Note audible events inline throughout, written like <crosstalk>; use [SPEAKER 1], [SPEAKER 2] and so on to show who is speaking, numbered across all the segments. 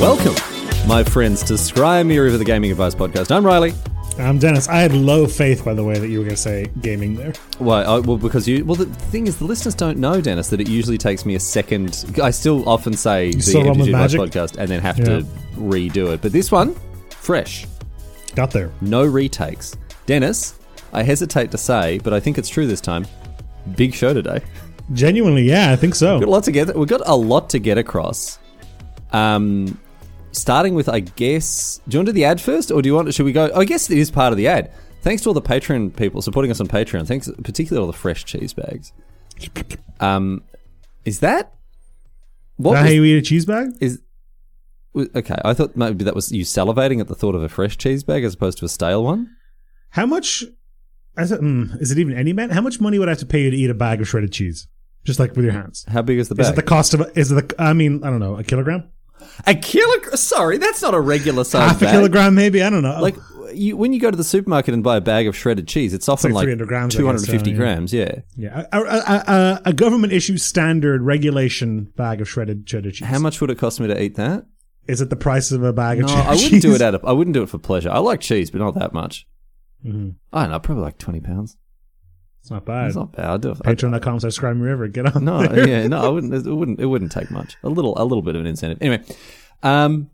[SPEAKER 1] Welcome, my friends, to Scry Mirror of the Gaming Advice Podcast. I'm Riley.
[SPEAKER 2] I'm Um, Dennis. I had low faith, by the way, that you were going to say gaming there.
[SPEAKER 1] Why? Oh, well, because you. Well, the thing is, the listeners don't know, Dennis, that it usually takes me a second. I still often say the
[SPEAKER 2] still run with
[SPEAKER 1] Advice
[SPEAKER 2] magic?
[SPEAKER 1] Podcast and then have to
[SPEAKER 2] Yeah.
[SPEAKER 1] redo it. But this one, fresh,
[SPEAKER 2] Got there.
[SPEAKER 1] no retakes. Dennis, I hesitate to say, but I think it's true this time. Big show today.
[SPEAKER 2] Genuinely, yeah, I think
[SPEAKER 1] Got a
[SPEAKER 2] so.
[SPEAKER 1] lot to get. We've got a lot to get across. Um, starting with, I guess, do you want to do the ad first, or do you want? Should we go? I guess it is part of the ad. Thanks to all the Patreon people supporting us on Patreon. Thanks, particularly all the fresh cheese bags. Um, is that what
[SPEAKER 2] Is that
[SPEAKER 1] was-
[SPEAKER 2] how you eat a cheese bag?
[SPEAKER 1] is? w- Okay, I thought maybe that was you salivating at the thought of a fresh cheese bag as opposed to a stale one.
[SPEAKER 2] How much? I said, mm, is it even any man? How much money would I have to pay you to eat a bag of shredded cheese? Just like with your hands.
[SPEAKER 1] How big is the bag?
[SPEAKER 2] Is it the cost of? a- Is it the? I mean, I don't know, a kilogram,
[SPEAKER 1] a kilogram? Sorry, that's not a regular size.
[SPEAKER 2] half a
[SPEAKER 1] bag.
[SPEAKER 2] kilogram, maybe. I don't know.
[SPEAKER 1] like you, when you go to the supermarket and buy a bag of shredded cheese, it's often
[SPEAKER 2] like
[SPEAKER 1] like,
[SPEAKER 2] 300 grams, I guess,
[SPEAKER 1] 250
[SPEAKER 2] so, yeah.
[SPEAKER 1] grams. Yeah.
[SPEAKER 2] yeah, a, a, a, a- a government issue standard regulation bag of shredded cheddar cheese.
[SPEAKER 1] How much would it cost me to eat that?
[SPEAKER 2] is it? The price of a bag
[SPEAKER 1] No,
[SPEAKER 2] of cheddar
[SPEAKER 1] I wouldn't
[SPEAKER 2] cheese?
[SPEAKER 1] do it out of. I wouldn't do it for pleasure. I like cheese, but not that much.
[SPEAKER 2] Mhm.
[SPEAKER 1] I don't know, probably like 20 pounds.
[SPEAKER 2] It's not bad.
[SPEAKER 1] It's not bad. I'd do it. I,
[SPEAKER 2] Patreon.com slash Scrum River. Get on.
[SPEAKER 1] no,
[SPEAKER 2] there.
[SPEAKER 1] yeah, no, I wouldn't. It wouldn't. It wouldn't take much. A little, a little bit of an incentive. Anyway, um,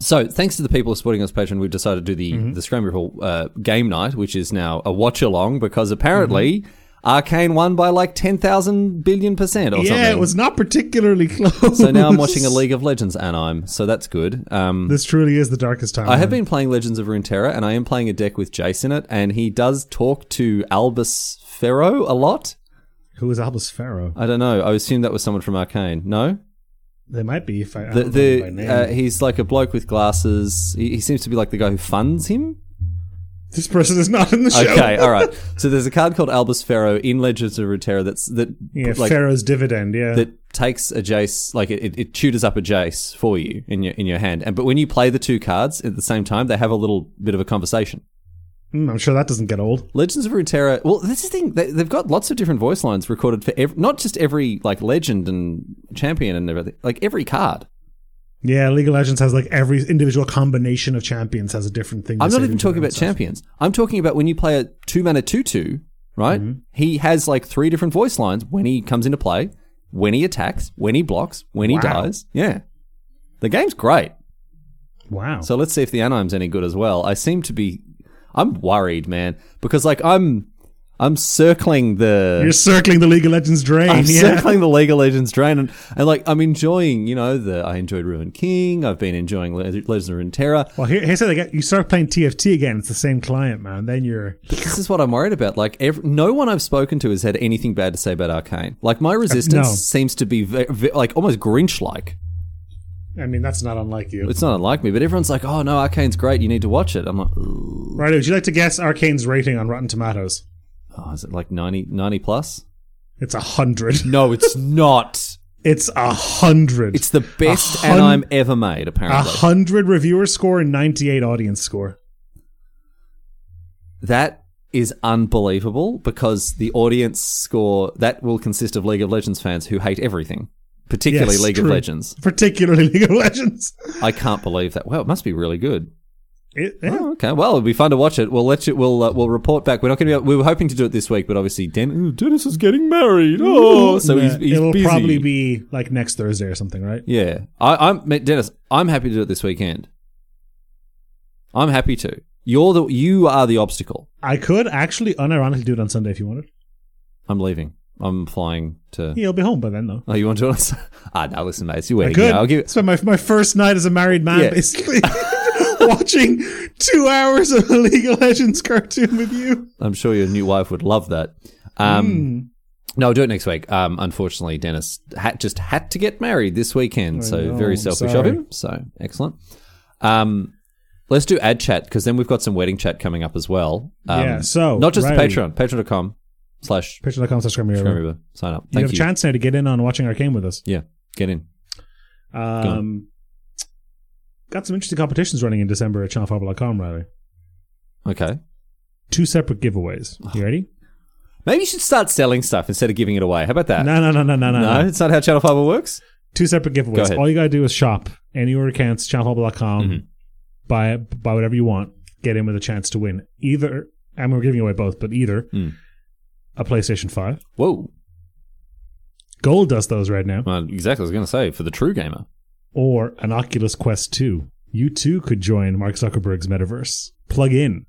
[SPEAKER 1] so thanks to the people supporting us, on Patreon, we've decided to do the
[SPEAKER 2] Mm-hmm.
[SPEAKER 1] the Scramble Hall uh, game night, which is now a watch along because apparently
[SPEAKER 2] Mm-hmm.
[SPEAKER 1] Arcane won by like 10,000 billion percent or
[SPEAKER 2] yeah,
[SPEAKER 1] something.
[SPEAKER 2] it was not
[SPEAKER 1] <laughs>
[SPEAKER 2] particularly close.
[SPEAKER 1] So
[SPEAKER 2] <laughs>
[SPEAKER 1] now I'm watching a League of Legends anime, so that's good. Um,
[SPEAKER 2] This truly is the darkest time.
[SPEAKER 1] I have been playing Legends of Runeterra, and I am playing a deck with Jace in it, and he does talk to Albus Pharaoh a lot.
[SPEAKER 2] Who is Albus Pharaoh?
[SPEAKER 1] I don't know. I assume that was someone from Arcane. No,
[SPEAKER 2] They might be. If I, I
[SPEAKER 1] the,
[SPEAKER 2] don't know by
[SPEAKER 1] the
[SPEAKER 2] name.
[SPEAKER 1] uh, he's like a bloke with glasses. He, he seems to be like the guy who funds him.
[SPEAKER 2] this person is not in the show.
[SPEAKER 1] Okay, all right. So there's a card called Albus Pharaoh in Legends of Runeterra that's that
[SPEAKER 2] Yeah,
[SPEAKER 1] like
[SPEAKER 2] Pharaoh's dividend. Yeah,
[SPEAKER 1] that takes a jace like it, it tutors up a jace for you in your in your hand and but when you play the two cards at the same time they have a little bit of a conversation
[SPEAKER 2] Mm, I'm sure that doesn't get old.
[SPEAKER 1] legends of runeterra well this is the thing they, they've got lots of different voice lines recorded for ev not just every like legend and champion and everything like every card
[SPEAKER 2] Yeah, League of Legends has like every individual combination of champions has a different thing.
[SPEAKER 1] i'm
[SPEAKER 2] they say
[SPEAKER 1] not
[SPEAKER 2] to
[SPEAKER 1] even
[SPEAKER 2] each other
[SPEAKER 1] talking
[SPEAKER 2] and
[SPEAKER 1] about
[SPEAKER 2] stuff.
[SPEAKER 1] champions i'm talking about when you play a two mana two two right
[SPEAKER 2] Mm-hmm.
[SPEAKER 1] he has like three different voice lines when he comes into play when he attacks when he blocks when he
[SPEAKER 2] Wow.
[SPEAKER 1] dies yeah the game's great
[SPEAKER 2] Wow.
[SPEAKER 1] So let's see if the anime's any good as well. I seem to be I'm worried, man, because like I'm I'm circling the
[SPEAKER 2] you're <laughs> circling the League of Legends drain.
[SPEAKER 1] I'm
[SPEAKER 2] yeah.
[SPEAKER 1] circling the League of Legends drain and, and like I'm enjoying, you know, the I enjoyed Ruined King, I've been enjoying Le- Legends of Runeterra.
[SPEAKER 2] <laughs> well, here, here's how they get. You start playing TFT again. It's the same client, man. Then you're.
[SPEAKER 1] But this is what I'm worried about. Like ev no one I've spoken to has had anything bad to say about Arcane. Like my resistance
[SPEAKER 2] no.
[SPEAKER 1] seems to be ve- ve- like almost Grinch like.
[SPEAKER 2] I mean, that's not unlike you.
[SPEAKER 1] It's not unlike me, but everyone's like, "Oh no, Arcane's great. You need to watch it." I'm like, "Ooh."
[SPEAKER 2] Right? Would you like to guess Arcane's rating on Rotten Tomatoes?
[SPEAKER 1] "Oh, is it like 90 90 plus?"
[SPEAKER 2] It's a hundred.
[SPEAKER 1] No, it's not.
[SPEAKER 2] It's a hundred.
[SPEAKER 1] It's the best
[SPEAKER 2] A hun-
[SPEAKER 1] anime ever made,
[SPEAKER 2] a
[SPEAKER 1] apparently.
[SPEAKER 2] hundred reviewer score and ninety-eight audience score.
[SPEAKER 1] that is unbelievable because the audience score that will consist of League of Legends fans who hate everything, particularly
[SPEAKER 2] Yes,
[SPEAKER 1] League of
[SPEAKER 2] true.
[SPEAKER 1] Legends.
[SPEAKER 2] Particularly <laughs> League of Legends.
[SPEAKER 1] I can't believe that. Wow, it must be really good.
[SPEAKER 2] It- eh? yeah.
[SPEAKER 1] Oh, okay, well, it'll be fun to watch it. We'll let you. We'll uh, we'll report back. We're not going to. be We were hoping to do it this week, but obviously, Den- Ooh, Dennis is getting married. Oh, so he's,
[SPEAKER 2] Yeah,
[SPEAKER 1] he's
[SPEAKER 2] it'll
[SPEAKER 1] busy.
[SPEAKER 2] probably be like next Thursday or something, right?
[SPEAKER 1] Yeah, I, I'm mate, Dennis. I'm happy to do it this weekend. I'm happy to. You're the you are the obstacle.
[SPEAKER 2] I could actually unironically do it on Sunday if you wanted.
[SPEAKER 1] I'm leaving. I'm flying to.
[SPEAKER 2] Yeah, You'll be home by then, though.
[SPEAKER 1] Oh, you want to? <laughs> ah, no, listen, mate. It's your
[SPEAKER 2] I
[SPEAKER 1] wedding.
[SPEAKER 2] could.
[SPEAKER 1] Yeah, I'll give.
[SPEAKER 2] Spend my my first night as a married man,
[SPEAKER 1] Yeah. <laughs>
[SPEAKER 2] basically. <laughs> Watching two hours of a League of Legends cartoon with you.
[SPEAKER 1] I'm sure your new wife would love that. Um,
[SPEAKER 2] Hmm.
[SPEAKER 1] No, I'll do it next week. Um, unfortunately, Dennis had, just had to get married this weekend, so
[SPEAKER 2] know,
[SPEAKER 1] very
[SPEAKER 2] I'm
[SPEAKER 1] selfish of
[SPEAKER 2] sorry.
[SPEAKER 1] him. So excellent. Um, let's do ad chat because then we've got some wedding chat coming up as well. Um,
[SPEAKER 2] Yeah, so,
[SPEAKER 1] not just
[SPEAKER 2] Riley.
[SPEAKER 1] the Patreon, patreon.com slash
[SPEAKER 2] Patreon.com slash Scrum River.
[SPEAKER 1] Scrum Sign up.
[SPEAKER 2] You have
[SPEAKER 1] Thank
[SPEAKER 2] a
[SPEAKER 1] you.
[SPEAKER 2] chance now to get in on watching Arcane with us.
[SPEAKER 1] Yeah, get in.
[SPEAKER 2] Um, got some interesting competitions running in December at channelfiber.com, Riley.
[SPEAKER 1] Okay.
[SPEAKER 2] Two separate giveaways. You ready?
[SPEAKER 1] Maybe you should start selling stuff instead of giving it away. How about that?
[SPEAKER 2] No, no, no, no, no, no.
[SPEAKER 1] Uh, no
[SPEAKER 2] no.
[SPEAKER 1] it's not how Channel Fiber works.
[SPEAKER 2] Two separate
[SPEAKER 1] Go
[SPEAKER 2] giveaways.
[SPEAKER 1] ahead.
[SPEAKER 2] All you gotta do is shop any of your accounts, channelhobble.com,
[SPEAKER 1] Mhm.
[SPEAKER 2] buy buy whatever you want, get in with a chance to win either, and we're giving away both, but either
[SPEAKER 1] Mm.
[SPEAKER 2] a PlayStation Five.
[SPEAKER 1] Whoa.
[SPEAKER 2] Gold does those right now,
[SPEAKER 1] Well, exactly. I was going to say for the true gamer.
[SPEAKER 2] or an Oculus Quest Two. You too could join Mark Zuckerberg's metaverse. Plug in.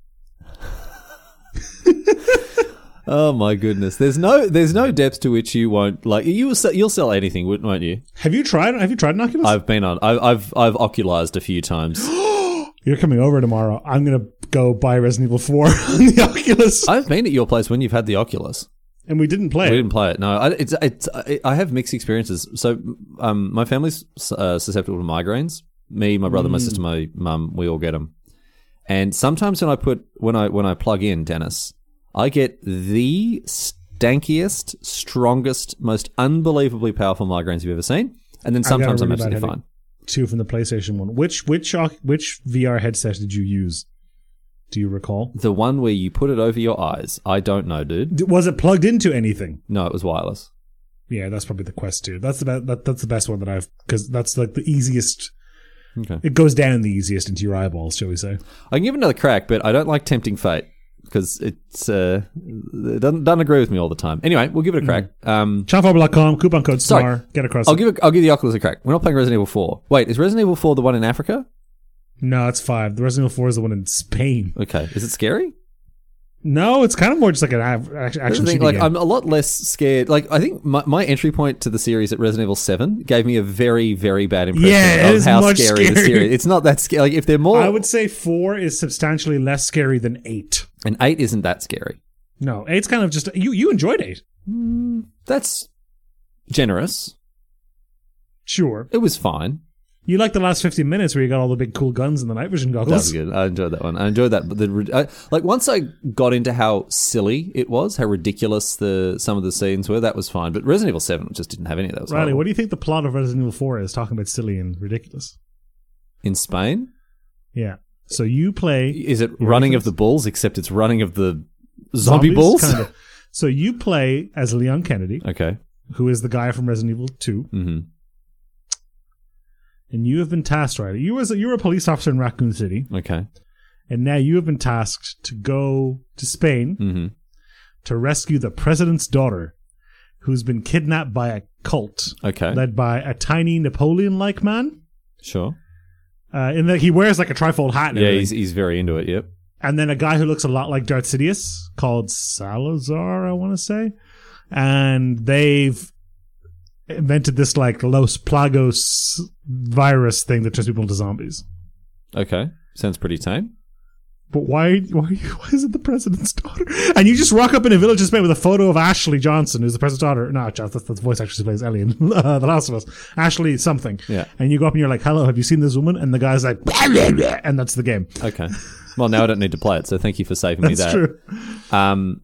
[SPEAKER 1] Oh my goodness. There's no there's no depth to which you won't like you will sell, you'll sell anything, wouldn't- won't you?
[SPEAKER 2] Have you tried? Have you tried an Oculus?
[SPEAKER 1] I've been on. I've I've, I've oculized a few times.
[SPEAKER 2] You're coming over tomorrow. I'm gonna go buy Resident Evil Four <laughs> on the Oculus,
[SPEAKER 1] I've been at your place when you've had the Oculus.
[SPEAKER 2] and we didn't play.
[SPEAKER 1] We
[SPEAKER 2] it.
[SPEAKER 1] didn't play it. No, I, it's it's. I, I have mixed experiences. So, um, my family's uh, susceptible to migraines. Me, my brother, my sister, my mum, we all get them. And sometimes when I put when I when I plug in, Dennis, I get the stankiest, strongest, most unbelievably powerful migraines you've ever seen. And then
[SPEAKER 2] got a
[SPEAKER 1] sometimes I'm
[SPEAKER 2] really bad
[SPEAKER 1] absolutely
[SPEAKER 2] headache.
[SPEAKER 1] fine.
[SPEAKER 2] Two from the PlayStation One. Which which oc- which VR headset did you use? Do you recall?
[SPEAKER 1] The one where you put it over your eyes. I don't know, dude.
[SPEAKER 2] D- Was it plugged into anything?
[SPEAKER 1] No, it was wireless.
[SPEAKER 2] Yeah, that's probably the Quest Two. That's the be- that, that's the best one that I've because that's like the easiest.
[SPEAKER 1] Okay.
[SPEAKER 2] It goes down the easiest into your eyeballs, shall we say?
[SPEAKER 1] I can give it another crack, but I don't like tempting fate because it's uh, it doesn't, doesn't agree with me all the time. Anyway, we'll give it a crack.
[SPEAKER 2] Mm.
[SPEAKER 1] Um,
[SPEAKER 2] Chanfobble.com, coupon code
[SPEAKER 1] Sorry.
[SPEAKER 2] SMAR. Get across.
[SPEAKER 1] I'll
[SPEAKER 2] it.
[SPEAKER 1] give it, I'll give the Oculus a crack. We're not playing Resident Evil Four. Wait, is Resident Evil Four the one in Africa?
[SPEAKER 2] no, it's five. The Resident Evil Four is the one in Spain.
[SPEAKER 1] Okay, is it scary?
[SPEAKER 2] No, it's kind of more just like an av- act-
[SPEAKER 1] That's the thing,
[SPEAKER 2] action. shooting
[SPEAKER 1] like
[SPEAKER 2] game.
[SPEAKER 1] I'm a lot less scared. Like I think my, my entry point to the series at Resident Evil Seven gave me a very very bad impression
[SPEAKER 2] Yeah, it
[SPEAKER 1] of
[SPEAKER 2] is
[SPEAKER 1] how
[SPEAKER 2] much
[SPEAKER 1] scary the
[SPEAKER 2] scarier.
[SPEAKER 1] series. It's not that scary. Like if they're more,
[SPEAKER 2] I would say four is substantially less scary than eight.
[SPEAKER 1] and eight isn't that scary.
[SPEAKER 2] No, eight's kind of just you. You enjoyed eight,
[SPEAKER 1] That's generous.
[SPEAKER 2] sure.
[SPEAKER 1] It was fine.
[SPEAKER 2] You liked the last fifteen minutes where you got all the big cool guns and the night vision
[SPEAKER 1] That was
[SPEAKER 2] goggles.
[SPEAKER 1] good. I enjoyed that one. I enjoyed that. But the I, like once I got into how silly it was, how ridiculous the some of the scenes were, that was fine. But Resident Evil Seven just didn't have any of those.
[SPEAKER 2] Riley, what do you think the plot of Resident Evil Four is? Talking about silly and ridiculous.
[SPEAKER 1] in Spain
[SPEAKER 2] Yeah. So you play
[SPEAKER 1] is it running of the bulls? Except it's running of the zombie bulls.
[SPEAKER 2] kind of. So you play as Leon Kennedy,
[SPEAKER 1] <laughs> okay.
[SPEAKER 2] who is the guy from Resident Evil Two,
[SPEAKER 1] hmm
[SPEAKER 2] and you have been tasked, Riley. You was you were a police officer in Raccoon City,
[SPEAKER 1] Okay.
[SPEAKER 2] and now you have been tasked to go to Spain
[SPEAKER 1] hmm
[SPEAKER 2] to rescue the president's daughter, who's been kidnapped by a cult
[SPEAKER 1] Okay.
[SPEAKER 2] led by a tiny Napoleon-like man.
[SPEAKER 1] sure.
[SPEAKER 2] Uh, in that he wears like a trifold hat, and,
[SPEAKER 1] Yeah,
[SPEAKER 2] everything.
[SPEAKER 1] he's, he's very into it. Yep.
[SPEAKER 2] and then a guy who looks a lot like Darth Sidious called Salazar, I want to say, and they've invented this like Los Plagos virus thing that turns people into zombies.
[SPEAKER 1] Okay. Sounds pretty tame.
[SPEAKER 2] But why? Why? <laughs> are you- Why is it the president's daughter? And you just rock up in a village in Spain with a photo of Ashley Johnson, who's the president's daughter. No, Johnson, that's, that's the voice actress who plays Ellie in <laughs> uh, The Last of Us. Ashley something.
[SPEAKER 1] Yeah.
[SPEAKER 2] And you go up and you're like, "Hello, have you seen this woman?" And the guy's like, and that's the game. <laughs>
[SPEAKER 1] Okay. well, now I don't need to play it. So thank you for saving me
[SPEAKER 2] That's
[SPEAKER 1] that.
[SPEAKER 2] true.
[SPEAKER 1] Um,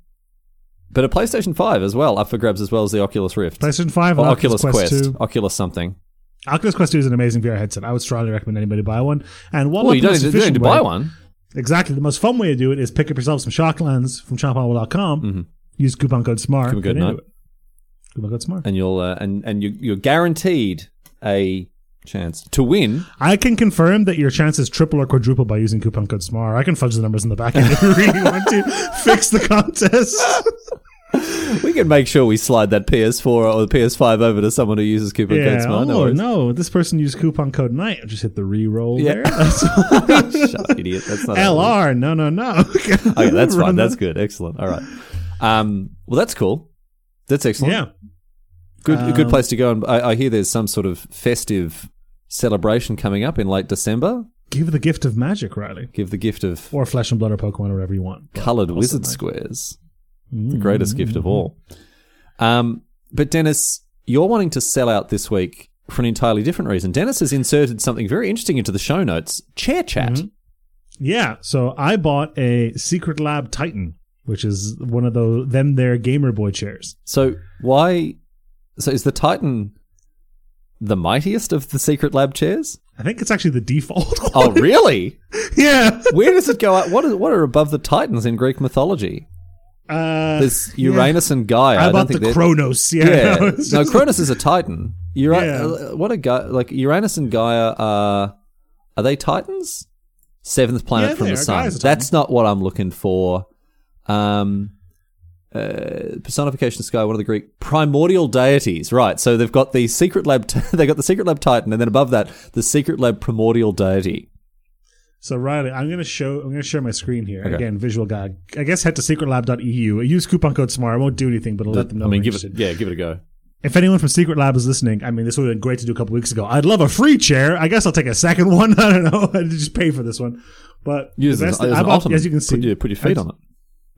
[SPEAKER 1] but a PlayStation Five as well up for grabs as well as the Oculus Rift.
[SPEAKER 2] PlayStation Five,
[SPEAKER 1] Or
[SPEAKER 2] and
[SPEAKER 1] Oh, Oculus, Quest,
[SPEAKER 2] Two.
[SPEAKER 1] Oculus something.
[SPEAKER 2] Oculus Quest Two is an amazing VR headset. I would strongly recommend anybody buy one. And one
[SPEAKER 1] Well,
[SPEAKER 2] of
[SPEAKER 1] you
[SPEAKER 2] the
[SPEAKER 1] don't
[SPEAKER 2] most
[SPEAKER 1] need, to- you don't need
[SPEAKER 2] efficient
[SPEAKER 1] to buy
[SPEAKER 2] way-
[SPEAKER 1] one.
[SPEAKER 2] Exactly. The most fun way to do it is pick up yourself some Shocklands from shophour.com. Use coupon code SMART.
[SPEAKER 1] Mm-hmm. Coupon code
[SPEAKER 2] get into
[SPEAKER 1] night.
[SPEAKER 2] it. Coupon code SMART.
[SPEAKER 1] and you'll uh, and and you, you're guaranteed a chance to win.
[SPEAKER 2] I can confirm that your chance is triple or quadruple by using coupon code SMAR. I can fudge the numbers in the back end if you really want to <laughs> fix the contest.
[SPEAKER 1] We can make sure we slide that PS4 or the PS5 over to someone who uses coupon code
[SPEAKER 2] yeah.
[SPEAKER 1] smart. no
[SPEAKER 2] Oh
[SPEAKER 1] worries.
[SPEAKER 2] no, this person used coupon code night. Just hit the re-roll
[SPEAKER 1] Yeah.
[SPEAKER 2] there.
[SPEAKER 1] <laughs>
[SPEAKER 2] That's
[SPEAKER 1] Shut up, idiot. That's not how it works.
[SPEAKER 2] LR. No, no, no. <laughs>
[SPEAKER 1] Okay, Oh, that's
[SPEAKER 2] Run
[SPEAKER 1] fine. That's
[SPEAKER 2] that.
[SPEAKER 1] good. Excellent. All right. Um, well, that's cool. That's excellent.
[SPEAKER 2] <laughs> yeah.
[SPEAKER 1] Good. a good
[SPEAKER 2] Um,
[SPEAKER 1] place to go. And I, I hear there's some sort of festive celebration coming up in late December.
[SPEAKER 2] Give the gift of magic, Riley,
[SPEAKER 1] Give the gift of
[SPEAKER 2] or flesh and blood, or Pokemon, or whatever you want.
[SPEAKER 1] coloured
[SPEAKER 2] Awesome,
[SPEAKER 1] wizard
[SPEAKER 2] mate. Mm-hmm.
[SPEAKER 1] squares. The greatest gift of all. Um, but Dennis, you're wanting to sell out this week for an entirely different reason. Dennis has inserted something very interesting into the show notes. Chair chat.
[SPEAKER 2] Mm-hmm. Yeah. So I bought a Secret Lab Titan, which is one of those them there gamer boy chairs.
[SPEAKER 1] So why? So is the Titan the mightiest of the secret lab
[SPEAKER 2] <laughs>
[SPEAKER 1] chairs?
[SPEAKER 2] I think it's actually the default. <laughs>
[SPEAKER 1] Oh, really?
[SPEAKER 2] yeah.
[SPEAKER 1] Where does it go up? What are, what are above the Titans in Greek mythology?
[SPEAKER 2] Uh,
[SPEAKER 1] There's
[SPEAKER 2] yeah.
[SPEAKER 1] Uranus and Gaia.
[SPEAKER 2] How
[SPEAKER 1] I don't
[SPEAKER 2] about
[SPEAKER 1] think
[SPEAKER 2] the
[SPEAKER 1] they're.
[SPEAKER 2] Kronos? Yeah. <laughs>
[SPEAKER 1] Yeah.
[SPEAKER 2] it's
[SPEAKER 1] No,
[SPEAKER 2] just-
[SPEAKER 1] Cronus is a Titan. Uri-
[SPEAKER 2] Yeah.
[SPEAKER 1] uh, What a guy! Like Uranus and Gaia are are they Titans? Seventh planet
[SPEAKER 2] Yeah,
[SPEAKER 1] from
[SPEAKER 2] they
[SPEAKER 1] the
[SPEAKER 2] are.
[SPEAKER 1] sun.
[SPEAKER 2] Gaia's a
[SPEAKER 1] That's not what I'm looking for. Um, uh, personification of sky, one of the Greek primordial deities. Right. So they've got the secret lab. T- <laughs> they got the secret lab Titan, and then above that, the secret lab primordial deity.
[SPEAKER 2] So Riley, I'm gonna show I'm gonna share my screen here
[SPEAKER 1] Okay.
[SPEAKER 2] again. Visual guide. I guess head to secretlab.eu. Use coupon code tomorrow. I won't do anything, but I'll let them know.
[SPEAKER 1] I mean,
[SPEAKER 2] we're
[SPEAKER 1] give it.
[SPEAKER 2] interested.
[SPEAKER 1] Yeah, give it a go.
[SPEAKER 2] If anyone from Secret Lab is listening, I mean, this would have been great to do a couple weeks ago. I'd love a free chair. I guess I'll take a second <laughs> one. I don't know. I just pay for this one. But
[SPEAKER 1] Use
[SPEAKER 2] the
[SPEAKER 1] it as,
[SPEAKER 2] best-
[SPEAKER 1] as
[SPEAKER 2] I
[SPEAKER 1] an
[SPEAKER 2] bought-
[SPEAKER 1] ottoman.
[SPEAKER 2] as you can see,
[SPEAKER 1] put your, put your feet
[SPEAKER 2] I-
[SPEAKER 1] on it.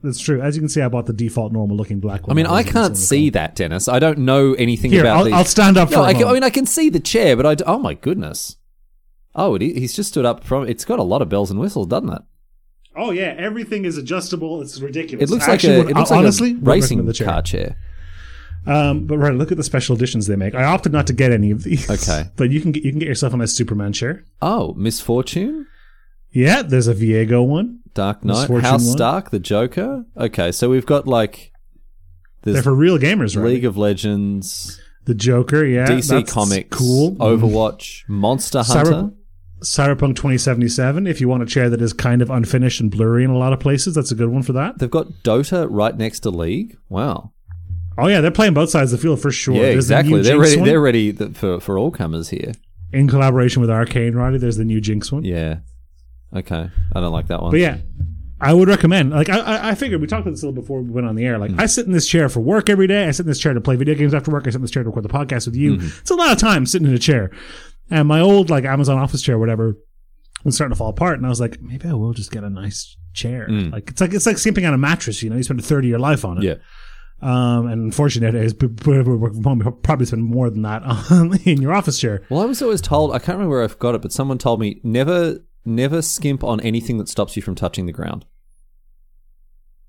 [SPEAKER 2] that's true. As you can see, I bought the default normal looking black one.
[SPEAKER 1] I mean, I
[SPEAKER 2] wasn't
[SPEAKER 1] can't
[SPEAKER 2] this
[SPEAKER 1] see that, Dennis. I don't know anything
[SPEAKER 2] one. Here,
[SPEAKER 1] about
[SPEAKER 2] I'll,
[SPEAKER 1] these.
[SPEAKER 2] I'll stand up for
[SPEAKER 1] No,
[SPEAKER 2] a
[SPEAKER 1] I, can, I
[SPEAKER 2] moment.
[SPEAKER 1] mean I can see the chair, but I d- oh my goodness. Oh, it, he's just stood up from. It's got a lot of bells and whistles, doesn't it?
[SPEAKER 2] Oh yeah, everything is adjustable. It's ridiculous.
[SPEAKER 1] It looks
[SPEAKER 2] I
[SPEAKER 1] like
[SPEAKER 2] actually
[SPEAKER 1] a,
[SPEAKER 2] would-
[SPEAKER 1] it looks like
[SPEAKER 2] honestly
[SPEAKER 1] a
[SPEAKER 2] would
[SPEAKER 1] racing
[SPEAKER 2] recommend the chair.
[SPEAKER 1] car chair.
[SPEAKER 2] Um, but right, look at the special editions they make. I opted not to get any of these.
[SPEAKER 1] Okay.
[SPEAKER 2] <laughs> but you can get, you can get yourself a nice Superman chair.
[SPEAKER 1] Oh, Misfortune,
[SPEAKER 2] Yeah, there's a Viego one.
[SPEAKER 1] Dark Knight,
[SPEAKER 2] Misfortune
[SPEAKER 1] House
[SPEAKER 2] one.
[SPEAKER 1] Stark, the Joker. Okay, so we've got like
[SPEAKER 2] They're
[SPEAKER 1] there's
[SPEAKER 2] for real gamers, right?
[SPEAKER 1] League of Legends,
[SPEAKER 2] the Joker, yeah.
[SPEAKER 1] DC
[SPEAKER 2] that's
[SPEAKER 1] Comics,
[SPEAKER 2] cool.
[SPEAKER 1] Overwatch, Monster Hunter.
[SPEAKER 2] Cyber- Cyberpunk 2077. If you want a chair that is kind of unfinished and blurry in a lot of places, that's a good one for that.
[SPEAKER 1] They've got Dota right next to League. Wow.
[SPEAKER 2] Oh yeah, they're playing both sides of the field for sure.
[SPEAKER 1] Yeah,
[SPEAKER 2] There's the
[SPEAKER 1] exactly.
[SPEAKER 2] new
[SPEAKER 1] They're
[SPEAKER 2] Jinx
[SPEAKER 1] ready.
[SPEAKER 2] one.
[SPEAKER 1] They're ready th- for for all comers here.
[SPEAKER 2] in collaboration with Arcane Roddy. There's the new Jinx one.
[SPEAKER 1] Yeah. Okay. I don't like that one.
[SPEAKER 2] But yeah, I would recommend. Like I- I, I figured we talked about this a little before we went on the air. Like I sit in this chair for work every day. I sit in this chair to play video games after work. I sit in this chair to record the podcast with you. It's a lot of time sitting in a chair. And my old like Amazon office chair, or whatever, was starting to fall apart. And I was like, maybe I will just get a nice chair. Like it's like it's like sleeping on a mattress. You know, you spend a third of your life on it.
[SPEAKER 1] Yeah.
[SPEAKER 2] Um, and unfortunately, nowadays, p- p- people work from home, you probably spend more than that <laughs> on, in your office chair.
[SPEAKER 1] Well, I was always told, I can't remember where I've got it, but someone told me never, never skimp on anything that stops you from touching the ground.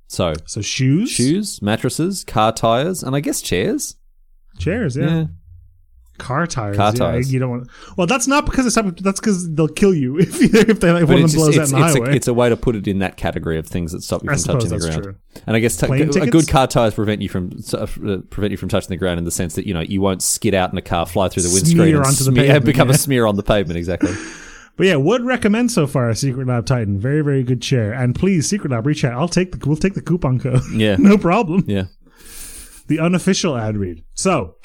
[SPEAKER 1] So,
[SPEAKER 2] So shoes,
[SPEAKER 1] shoes, mattresses, car tires, and I guess chairs.
[SPEAKER 2] chairs, yeah. Car tires.
[SPEAKER 1] Car
[SPEAKER 2] yeah,
[SPEAKER 1] tires.
[SPEAKER 2] you don't want. Well, that's not because it's not, that's because they'll kill you <laughs> if you, if they like,
[SPEAKER 1] But
[SPEAKER 2] one of
[SPEAKER 1] it's,
[SPEAKER 2] them
[SPEAKER 1] just-
[SPEAKER 2] blows
[SPEAKER 1] it's,
[SPEAKER 2] out in the
[SPEAKER 1] it's
[SPEAKER 2] highway.
[SPEAKER 1] a, it's a way to put it in that category of things that stop you
[SPEAKER 2] I
[SPEAKER 1] from
[SPEAKER 2] suppose
[SPEAKER 1] touching the
[SPEAKER 2] that's
[SPEAKER 1] ground.
[SPEAKER 2] true.
[SPEAKER 1] And I guess t-
[SPEAKER 2] Plane
[SPEAKER 1] a
[SPEAKER 2] tickets?
[SPEAKER 1] good car tires prevent you from uh, prevent you from touching the ground in the sense that you know you won't skid out in a car, fly through the windscreen,
[SPEAKER 2] Smear
[SPEAKER 1] and
[SPEAKER 2] onto the
[SPEAKER 1] smear- <laughs>
[SPEAKER 2] pavement,
[SPEAKER 1] become
[SPEAKER 2] yeah.
[SPEAKER 1] a smear on the pavement.
[SPEAKER 2] <laughs>
[SPEAKER 1] Exactly.
[SPEAKER 2] But yeah, would recommend so far. Secret Lab Titan, very very good chair. And please, Secret Lab, reach out. I'll take the we'll take the coupon code. <laughs>
[SPEAKER 1] Yeah.
[SPEAKER 2] no problem.
[SPEAKER 1] yeah.
[SPEAKER 2] The unofficial ad read. So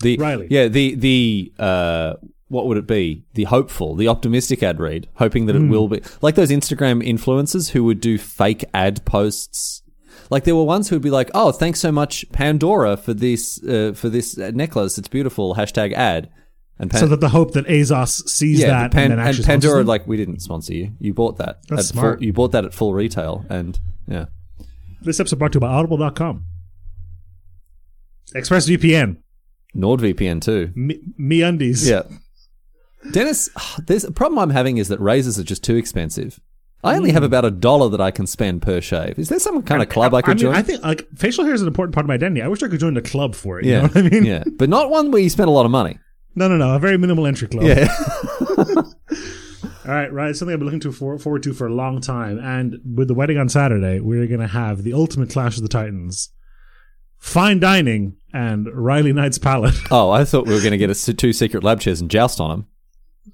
[SPEAKER 1] The
[SPEAKER 2] Riley.
[SPEAKER 1] Yeah, the the uh what would it be? The hopeful, the optimistic ad read, hoping
[SPEAKER 2] Hmm.
[SPEAKER 1] that it will be like those Instagram influencers who would do fake ad posts. Like there were ones who would be like, "Oh, thanks so much Pandora for this uh, for this uh, necklace. It's beautiful." hashtag ad. And Pan-
[SPEAKER 2] so that the hope that Azos sees
[SPEAKER 1] yeah,
[SPEAKER 2] that
[SPEAKER 1] the Pan-
[SPEAKER 2] and then
[SPEAKER 1] and,
[SPEAKER 2] actually sponsors
[SPEAKER 1] Pandora
[SPEAKER 2] them.
[SPEAKER 1] like we didn't sponsor you. You bought that.
[SPEAKER 2] That's
[SPEAKER 1] at
[SPEAKER 2] smart.
[SPEAKER 1] Full, you bought that at full retail and yeah.
[SPEAKER 2] This episode brought to you by Audible.com. ExpressVPN.
[SPEAKER 1] NordVPN too.
[SPEAKER 2] Me, me undies.
[SPEAKER 1] Yeah. <laughs> Dennis, <sighs> there's a problem I'm having is that razors are just too expensive. I only have about a dollar that I can spend per shave. Is there some kind of club I, could
[SPEAKER 2] Mm. I mean,
[SPEAKER 1] join?
[SPEAKER 2] I think like facial hair is an important part of my identity. I wish I could join the club for it. You
[SPEAKER 1] yeah.
[SPEAKER 2] know what I mean?
[SPEAKER 1] yeah. But not one where you spend a lot of money.
[SPEAKER 2] No, no, no. A very minimal entry club.
[SPEAKER 1] Yeah.
[SPEAKER 2] <laughs> All right, right. Something I've been looking to for, forward to for a long time. And with the wedding on Saturday, we're going to have the ultimate clash of the Titans, fine dining, and Riley Knight's palette. <laughs>
[SPEAKER 1] Oh, I thought we were going to get a s two secret lab chairs and joust on them.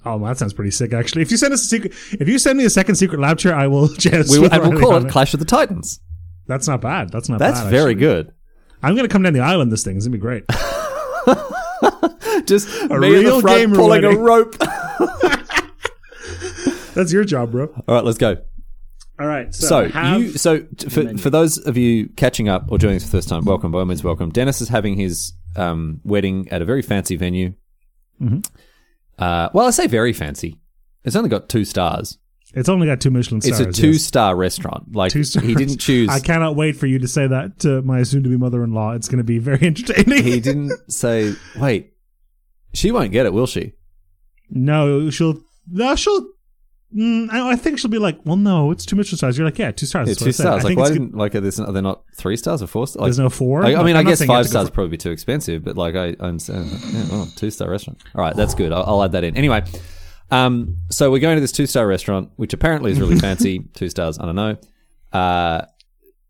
[SPEAKER 2] Oh, that sounds pretty sick, actually. If you send us a secret, if you send me a second secret lab chair, I will <laughs> just.
[SPEAKER 1] We will,
[SPEAKER 2] with
[SPEAKER 1] and we'll
[SPEAKER 2] Riley
[SPEAKER 1] call
[SPEAKER 2] on
[SPEAKER 1] it Clash of the Titans.
[SPEAKER 2] That's not bad. That's not bad.
[SPEAKER 1] That's very
[SPEAKER 2] actually. <laughs>
[SPEAKER 1] good.
[SPEAKER 2] I'm going to come down the aisle in this thing. It's going to be great.
[SPEAKER 1] Just
[SPEAKER 2] A
[SPEAKER 1] me in
[SPEAKER 2] real
[SPEAKER 1] the front
[SPEAKER 2] gamer
[SPEAKER 1] pulling a
[SPEAKER 2] wedding.
[SPEAKER 1] rope. <laughs>
[SPEAKER 2] That's your job, bro.
[SPEAKER 1] All right, let's go.
[SPEAKER 2] All right. So,
[SPEAKER 1] So
[SPEAKER 2] have-
[SPEAKER 1] you so t- for, for those of you catching up or joining us for the first time, welcome by all means, welcome. Dennis is having his um, wedding at a very fancy venue.
[SPEAKER 2] Mm-hmm.
[SPEAKER 1] Uh, well, I say very fancy. It's only got two stars.
[SPEAKER 2] it's only got two Michelin
[SPEAKER 1] It's
[SPEAKER 2] stars.
[SPEAKER 1] a
[SPEAKER 2] yes.
[SPEAKER 1] two-star restaurant. Like
[SPEAKER 2] Two stars.
[SPEAKER 1] he didn't choose.
[SPEAKER 2] I cannot wait for you to say that to my soon-to-be mother-in-law. It's going to be very <laughs> entertaining.
[SPEAKER 1] he didn't say. Wait, she won't get it, will she?
[SPEAKER 2] no, she'll. No, she'll. Mm, I, I think she'll be like, "Well, no, it's two Michelin stars." You're like, "Yeah, two stars."
[SPEAKER 1] Yeah,
[SPEAKER 2] that's what I
[SPEAKER 1] two
[SPEAKER 2] said.
[SPEAKER 1] stars.
[SPEAKER 2] I
[SPEAKER 1] Like
[SPEAKER 2] think
[SPEAKER 1] why
[SPEAKER 2] it's good-
[SPEAKER 1] didn't like are there, are there not three stars or four stars? Like,
[SPEAKER 2] there's no four.
[SPEAKER 1] I, I mean,
[SPEAKER 2] I'm
[SPEAKER 1] I
[SPEAKER 2] not
[SPEAKER 1] guess
[SPEAKER 2] saying you have
[SPEAKER 1] five
[SPEAKER 2] to go
[SPEAKER 1] stars
[SPEAKER 2] for-
[SPEAKER 1] probably be too expensive, but like I, I understand. Yeah, well, two star restaurant. All right, that's good. I'll, I'll add that in. Anyway, um, so we're going to this two star restaurant, which apparently is really
[SPEAKER 2] <laughs>
[SPEAKER 1] fancy. Two stars, I don't know. Uh,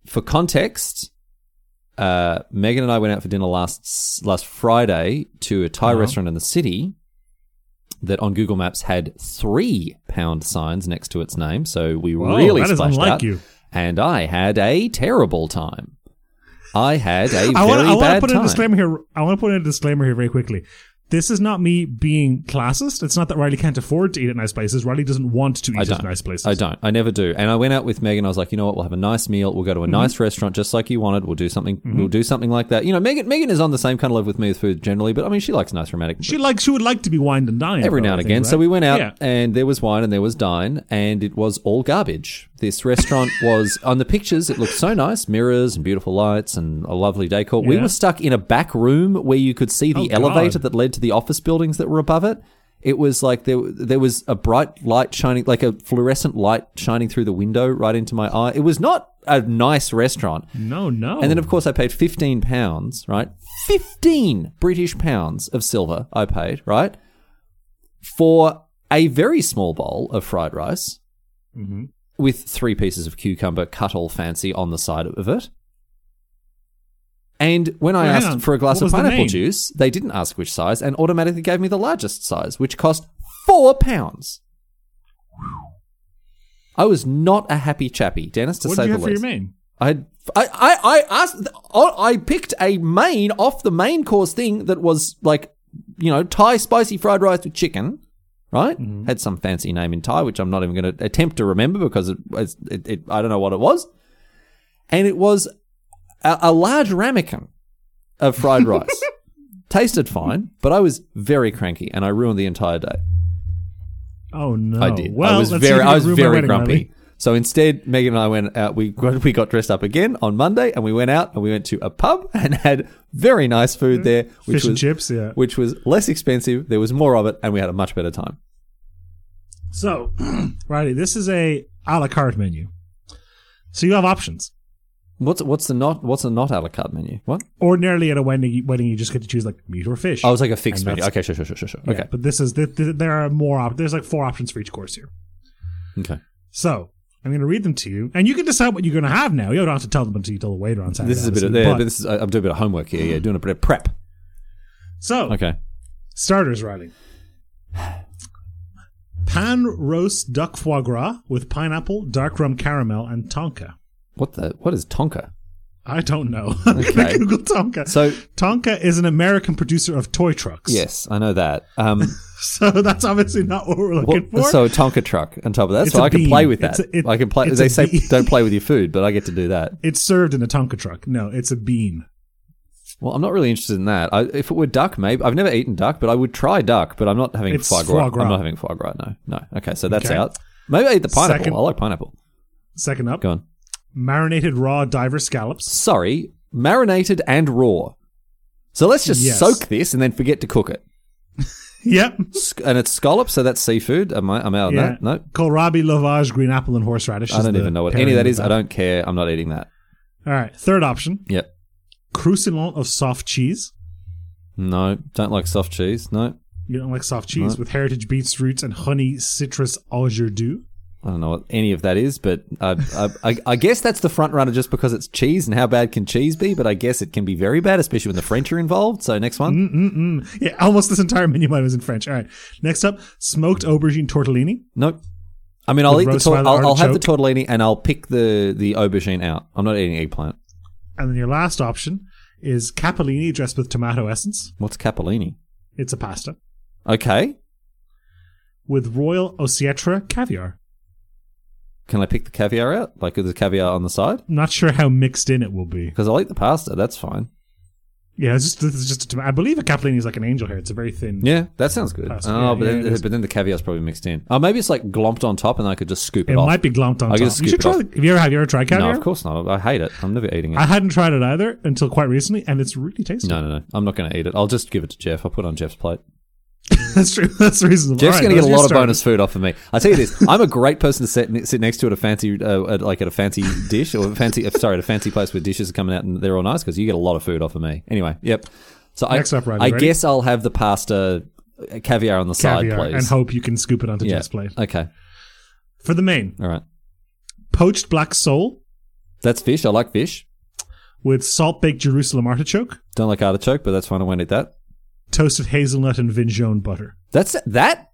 [SPEAKER 1] for context, uh, Megan and I went out for dinner last last Friday to a Thai
[SPEAKER 2] Uh-huh.
[SPEAKER 1] restaurant in the city that on Google Maps had three pound signs next to its name. So we
[SPEAKER 2] Whoa,
[SPEAKER 1] really
[SPEAKER 2] that is
[SPEAKER 1] splashed
[SPEAKER 2] unlike
[SPEAKER 1] out.
[SPEAKER 2] you.
[SPEAKER 1] And I had a terrible time. I had a
[SPEAKER 2] I
[SPEAKER 1] very
[SPEAKER 2] want, I want to
[SPEAKER 1] bad
[SPEAKER 2] put
[SPEAKER 1] time.
[SPEAKER 2] a disclaimer here. I want to put in a disclaimer here very quickly. This is not me being classist. It's not that Riley can't afford to eat at nice places. Riley doesn't want to eat at
[SPEAKER 1] don't.
[SPEAKER 2] nice places.
[SPEAKER 1] I don't. I never do. And I went out with Megan. I was like, you know what? We'll have a nice meal. We'll go
[SPEAKER 2] Mm-hmm.
[SPEAKER 1] to a nice restaurant, just like you wanted. We'll do something. We'll do something like that. You know, Megan. Megan is on the same kind of level with me with food generally, but I mean, she likes nice romantic.
[SPEAKER 2] She like she would like to be wined and dined
[SPEAKER 1] every
[SPEAKER 2] though,
[SPEAKER 1] now
[SPEAKER 2] I
[SPEAKER 1] and
[SPEAKER 2] think,
[SPEAKER 1] again. So
[SPEAKER 2] right?
[SPEAKER 1] we went out
[SPEAKER 2] Yeah.
[SPEAKER 1] and there was wine and there was dine and it was all garbage. This <laughs> restaurant was on the pictures. It looked so nice, mirrors and beautiful lights and a lovely decor. We
[SPEAKER 2] Yeah.
[SPEAKER 1] were stuck in a back room where you could see the
[SPEAKER 2] Oh,
[SPEAKER 1] elevator
[SPEAKER 2] God.
[SPEAKER 1] that led to the office buildings that were above it. It was like there there was a bright light shining, like a fluorescent light shining through the window right into my eye. It was not a nice restaurant.
[SPEAKER 2] No, no.
[SPEAKER 1] And then, of course, I paid fifteen pounds, right? Fifteen British pounds of silver I paid, right, for a very small bowl of fried rice
[SPEAKER 2] Mhm.
[SPEAKER 1] with three pieces of cucumber cut all fancy on the side of it. And when I
[SPEAKER 2] Well, hang
[SPEAKER 1] asked
[SPEAKER 2] on.
[SPEAKER 1] for a glass
[SPEAKER 2] What
[SPEAKER 1] of
[SPEAKER 2] was the
[SPEAKER 1] pineapple
[SPEAKER 2] name?
[SPEAKER 1] juice, they didn't ask which size and automatically gave me the largest size, which cost four pounds. I was not a happy chappy, Dennis, to
[SPEAKER 2] what
[SPEAKER 1] say
[SPEAKER 2] did you
[SPEAKER 1] the
[SPEAKER 2] have for your
[SPEAKER 1] least.
[SPEAKER 2] main?
[SPEAKER 1] I, I, I, I asked. I picked a main off the main course thing that was like, you know, Thai spicy fried rice with chicken, right? Had some fancy name in Thai, which I'm not even going to attempt to remember because it, it's- it, it, I don't know what it was. And it was a, a large ramekin of fried rice. Tasted fine, but I was very cranky and I ruined the entire day.
[SPEAKER 2] Oh no!
[SPEAKER 1] I did.
[SPEAKER 2] Well,
[SPEAKER 1] I was
[SPEAKER 2] let's see if
[SPEAKER 1] very,
[SPEAKER 2] you
[SPEAKER 1] I
[SPEAKER 2] can
[SPEAKER 1] was
[SPEAKER 2] ruin my
[SPEAKER 1] very
[SPEAKER 2] wedding,
[SPEAKER 1] grumpy.
[SPEAKER 2] Riley.
[SPEAKER 1] So instead, Megan and I went out. We we got dressed up again on Monday, and we went out and we went to a pub <laughs> and had very nice food there, which
[SPEAKER 2] Mm, Fish
[SPEAKER 1] was
[SPEAKER 2] and chips. Yeah.
[SPEAKER 1] which was less expensive. There was more of it, and we had a much better time.
[SPEAKER 2] So, <clears throat> Riley, this is a a la carte menu. So you have options.
[SPEAKER 1] What's what's the not what's the not a la carte menu? What?
[SPEAKER 2] Ordinarily at a wedding, wedding you just get to choose like meat or fish.
[SPEAKER 1] Oh, it's like a fixed
[SPEAKER 2] And
[SPEAKER 1] menu.
[SPEAKER 2] that's-
[SPEAKER 1] Okay, sure, sure, sure, sure, sure.
[SPEAKER 2] Yeah,
[SPEAKER 1] Okay,
[SPEAKER 2] But this is th- th- there are more. Op- there's like four options for each course here.
[SPEAKER 1] okay.
[SPEAKER 2] So I'm going to read them to you, and you can decide what you're going to have now. You don't have to tell them until you tell the waiter on Saturday.
[SPEAKER 1] This is a bit of yeah,
[SPEAKER 2] obviously, but-
[SPEAKER 1] but this is, I- I'm doing a bit of homework here.
[SPEAKER 2] Mm.
[SPEAKER 1] Yeah, doing a bit of prep.
[SPEAKER 2] so
[SPEAKER 1] Okay.
[SPEAKER 2] starters, Riley. Pan roast duck foie gras with pineapple, dark rum caramel, and tonka.
[SPEAKER 1] What the what is Tonka?
[SPEAKER 2] I don't know. <laughs> I'm
[SPEAKER 1] Okay.
[SPEAKER 2] gonna Google Tonka.
[SPEAKER 1] So-
[SPEAKER 2] Tonka is an American producer of toy trucks.
[SPEAKER 1] Yes, I know that. Um,
[SPEAKER 2] <laughs> So that's obviously not what we're looking
[SPEAKER 1] Well,
[SPEAKER 2] for.
[SPEAKER 1] so a Tonka truck on top of that.
[SPEAKER 2] It's
[SPEAKER 1] so
[SPEAKER 2] a
[SPEAKER 1] I can
[SPEAKER 2] bean.
[SPEAKER 1] play with that.
[SPEAKER 2] It's a- it-
[SPEAKER 1] I can play.
[SPEAKER 2] it's
[SPEAKER 1] They
[SPEAKER 2] a
[SPEAKER 1] say
[SPEAKER 2] bean.
[SPEAKER 1] don't play with your food, but I get to do that.
[SPEAKER 2] it's served in a Tonka truck. No, it's a bean.
[SPEAKER 1] Well, I'm not really interested in that. I, if it were duck, maybe I've never eaten duck, but I would try duck. But I'm not having
[SPEAKER 2] It's
[SPEAKER 1] foie gras.
[SPEAKER 2] foie gras.
[SPEAKER 1] I'm not having foie gras. No, no. Okay, so that's
[SPEAKER 2] Okay.
[SPEAKER 1] out. Maybe I eat the pineapple.
[SPEAKER 2] Second-
[SPEAKER 1] I like pineapple.
[SPEAKER 2] Second up,
[SPEAKER 1] Go on.
[SPEAKER 2] marinated raw diver scallops. <laughs>
[SPEAKER 1] Sorry, marinated and raw. So let's just
[SPEAKER 2] Yes.
[SPEAKER 1] soak this and then forget to cook it.
[SPEAKER 2] Yep.
[SPEAKER 1] Sc- And it's scallop, so that's seafood. Am I? I'm out on
[SPEAKER 2] Yeah.
[SPEAKER 1] that. No,
[SPEAKER 2] Kohlrabi, lovage, green apple, and horseradish.
[SPEAKER 1] I
[SPEAKER 2] is
[SPEAKER 1] don't
[SPEAKER 2] the
[SPEAKER 1] even know what
[SPEAKER 2] pairing
[SPEAKER 1] any of that
[SPEAKER 2] with
[SPEAKER 1] is. I don't care. I'm not eating that.
[SPEAKER 2] All right. Third option,
[SPEAKER 1] Yep.
[SPEAKER 2] croissant of soft cheese.
[SPEAKER 1] No, don't like soft cheese. No,
[SPEAKER 2] You don't like soft cheese
[SPEAKER 1] Right.
[SPEAKER 2] with heritage beetroots and honey citrus au jus d'oeuf.
[SPEAKER 1] I don't know what any of that is, but I, I, I, I guess that's the front runner just because it's cheese. And how bad can cheese be? But I guess it can be very bad, especially when the French are involved. So next
[SPEAKER 2] Mm.
[SPEAKER 1] one,
[SPEAKER 2] Mm-mm-mm. Yeah, almost this entire menu mine was in French. All right. Next up, smoked aubergine tortellini.
[SPEAKER 1] nope. I mean, I'll
[SPEAKER 2] With
[SPEAKER 1] eat the
[SPEAKER 2] roast
[SPEAKER 1] tor-
[SPEAKER 2] violet
[SPEAKER 1] I'll, I'll have the
[SPEAKER 2] artichoke.
[SPEAKER 1] tortellini and I'll pick the the aubergine out. I'm not eating eggplant.
[SPEAKER 2] And then your last option is capellini dressed with tomato essence.
[SPEAKER 1] What's capellini?
[SPEAKER 2] It's a pasta
[SPEAKER 1] Okay,
[SPEAKER 2] with royal ossietra caviar.
[SPEAKER 1] can I pick the caviar out? Like there's caviar on the side
[SPEAKER 2] I'm not sure how mixed in it will be.
[SPEAKER 1] because I'll eat the pasta. That's fine.
[SPEAKER 2] Yeah, it's just, this is just a tomato. I believe a capellini is like an angel hair. It's a very thin.
[SPEAKER 1] Yeah, that sounds good.
[SPEAKER 2] Pasta,
[SPEAKER 1] oh,
[SPEAKER 2] yeah,
[SPEAKER 1] but
[SPEAKER 2] yeah, it
[SPEAKER 1] then,
[SPEAKER 2] is.
[SPEAKER 1] but then the caviar's probably mixed in. Oh, maybe it's like glomped on top, and I could just scoop it,
[SPEAKER 2] It
[SPEAKER 1] off.
[SPEAKER 2] might be glomped on
[SPEAKER 1] I
[SPEAKER 2] top.
[SPEAKER 1] can
[SPEAKER 2] You
[SPEAKER 1] just scoop
[SPEAKER 2] should
[SPEAKER 1] it
[SPEAKER 2] try.
[SPEAKER 1] off.
[SPEAKER 2] Have you ever have you ever tried
[SPEAKER 1] no,
[SPEAKER 2] caviar?
[SPEAKER 1] of course not. I hate it. I'm never eating it.
[SPEAKER 2] I hadn't tried it either until quite recently, and it's really tasty.
[SPEAKER 1] No, no, no. I'm not going to eat it. I'll just give it to Jeff. I'll put it on Jeff's plate.
[SPEAKER 2] <laughs> That's true. That's reasonable.
[SPEAKER 1] Jeff's
[SPEAKER 2] All right,
[SPEAKER 1] going to get a
[SPEAKER 2] those are your
[SPEAKER 1] lot of
[SPEAKER 2] starters.
[SPEAKER 1] bonus food off of me. I tell you this, I'm a great person to sit, sit next to at a fancy, uh, at, like at a fancy <laughs> dish or a fancy, uh, sorry, at a fancy place where dishes are coming out and they're all nice because you get a lot of food off of me. Anyway, yep. So
[SPEAKER 2] Next
[SPEAKER 1] I,
[SPEAKER 2] up, Riley,
[SPEAKER 1] I
[SPEAKER 2] ready?
[SPEAKER 1] guess I'll have the pasta uh, caviar on the
[SPEAKER 2] Caviar,
[SPEAKER 1] side, please.
[SPEAKER 2] and hope you can scoop it onto
[SPEAKER 1] yeah.
[SPEAKER 2] Jeff's plate.
[SPEAKER 1] Okay.
[SPEAKER 2] For the main,
[SPEAKER 1] All right.
[SPEAKER 2] poached black sole
[SPEAKER 1] That's fish. I like fish.
[SPEAKER 2] with salt baked Jerusalem artichoke,
[SPEAKER 1] Don't like artichoke, but that's fine. I won't eat that.
[SPEAKER 2] toasted hazelnut, and Vinjon butter.
[SPEAKER 1] That's that.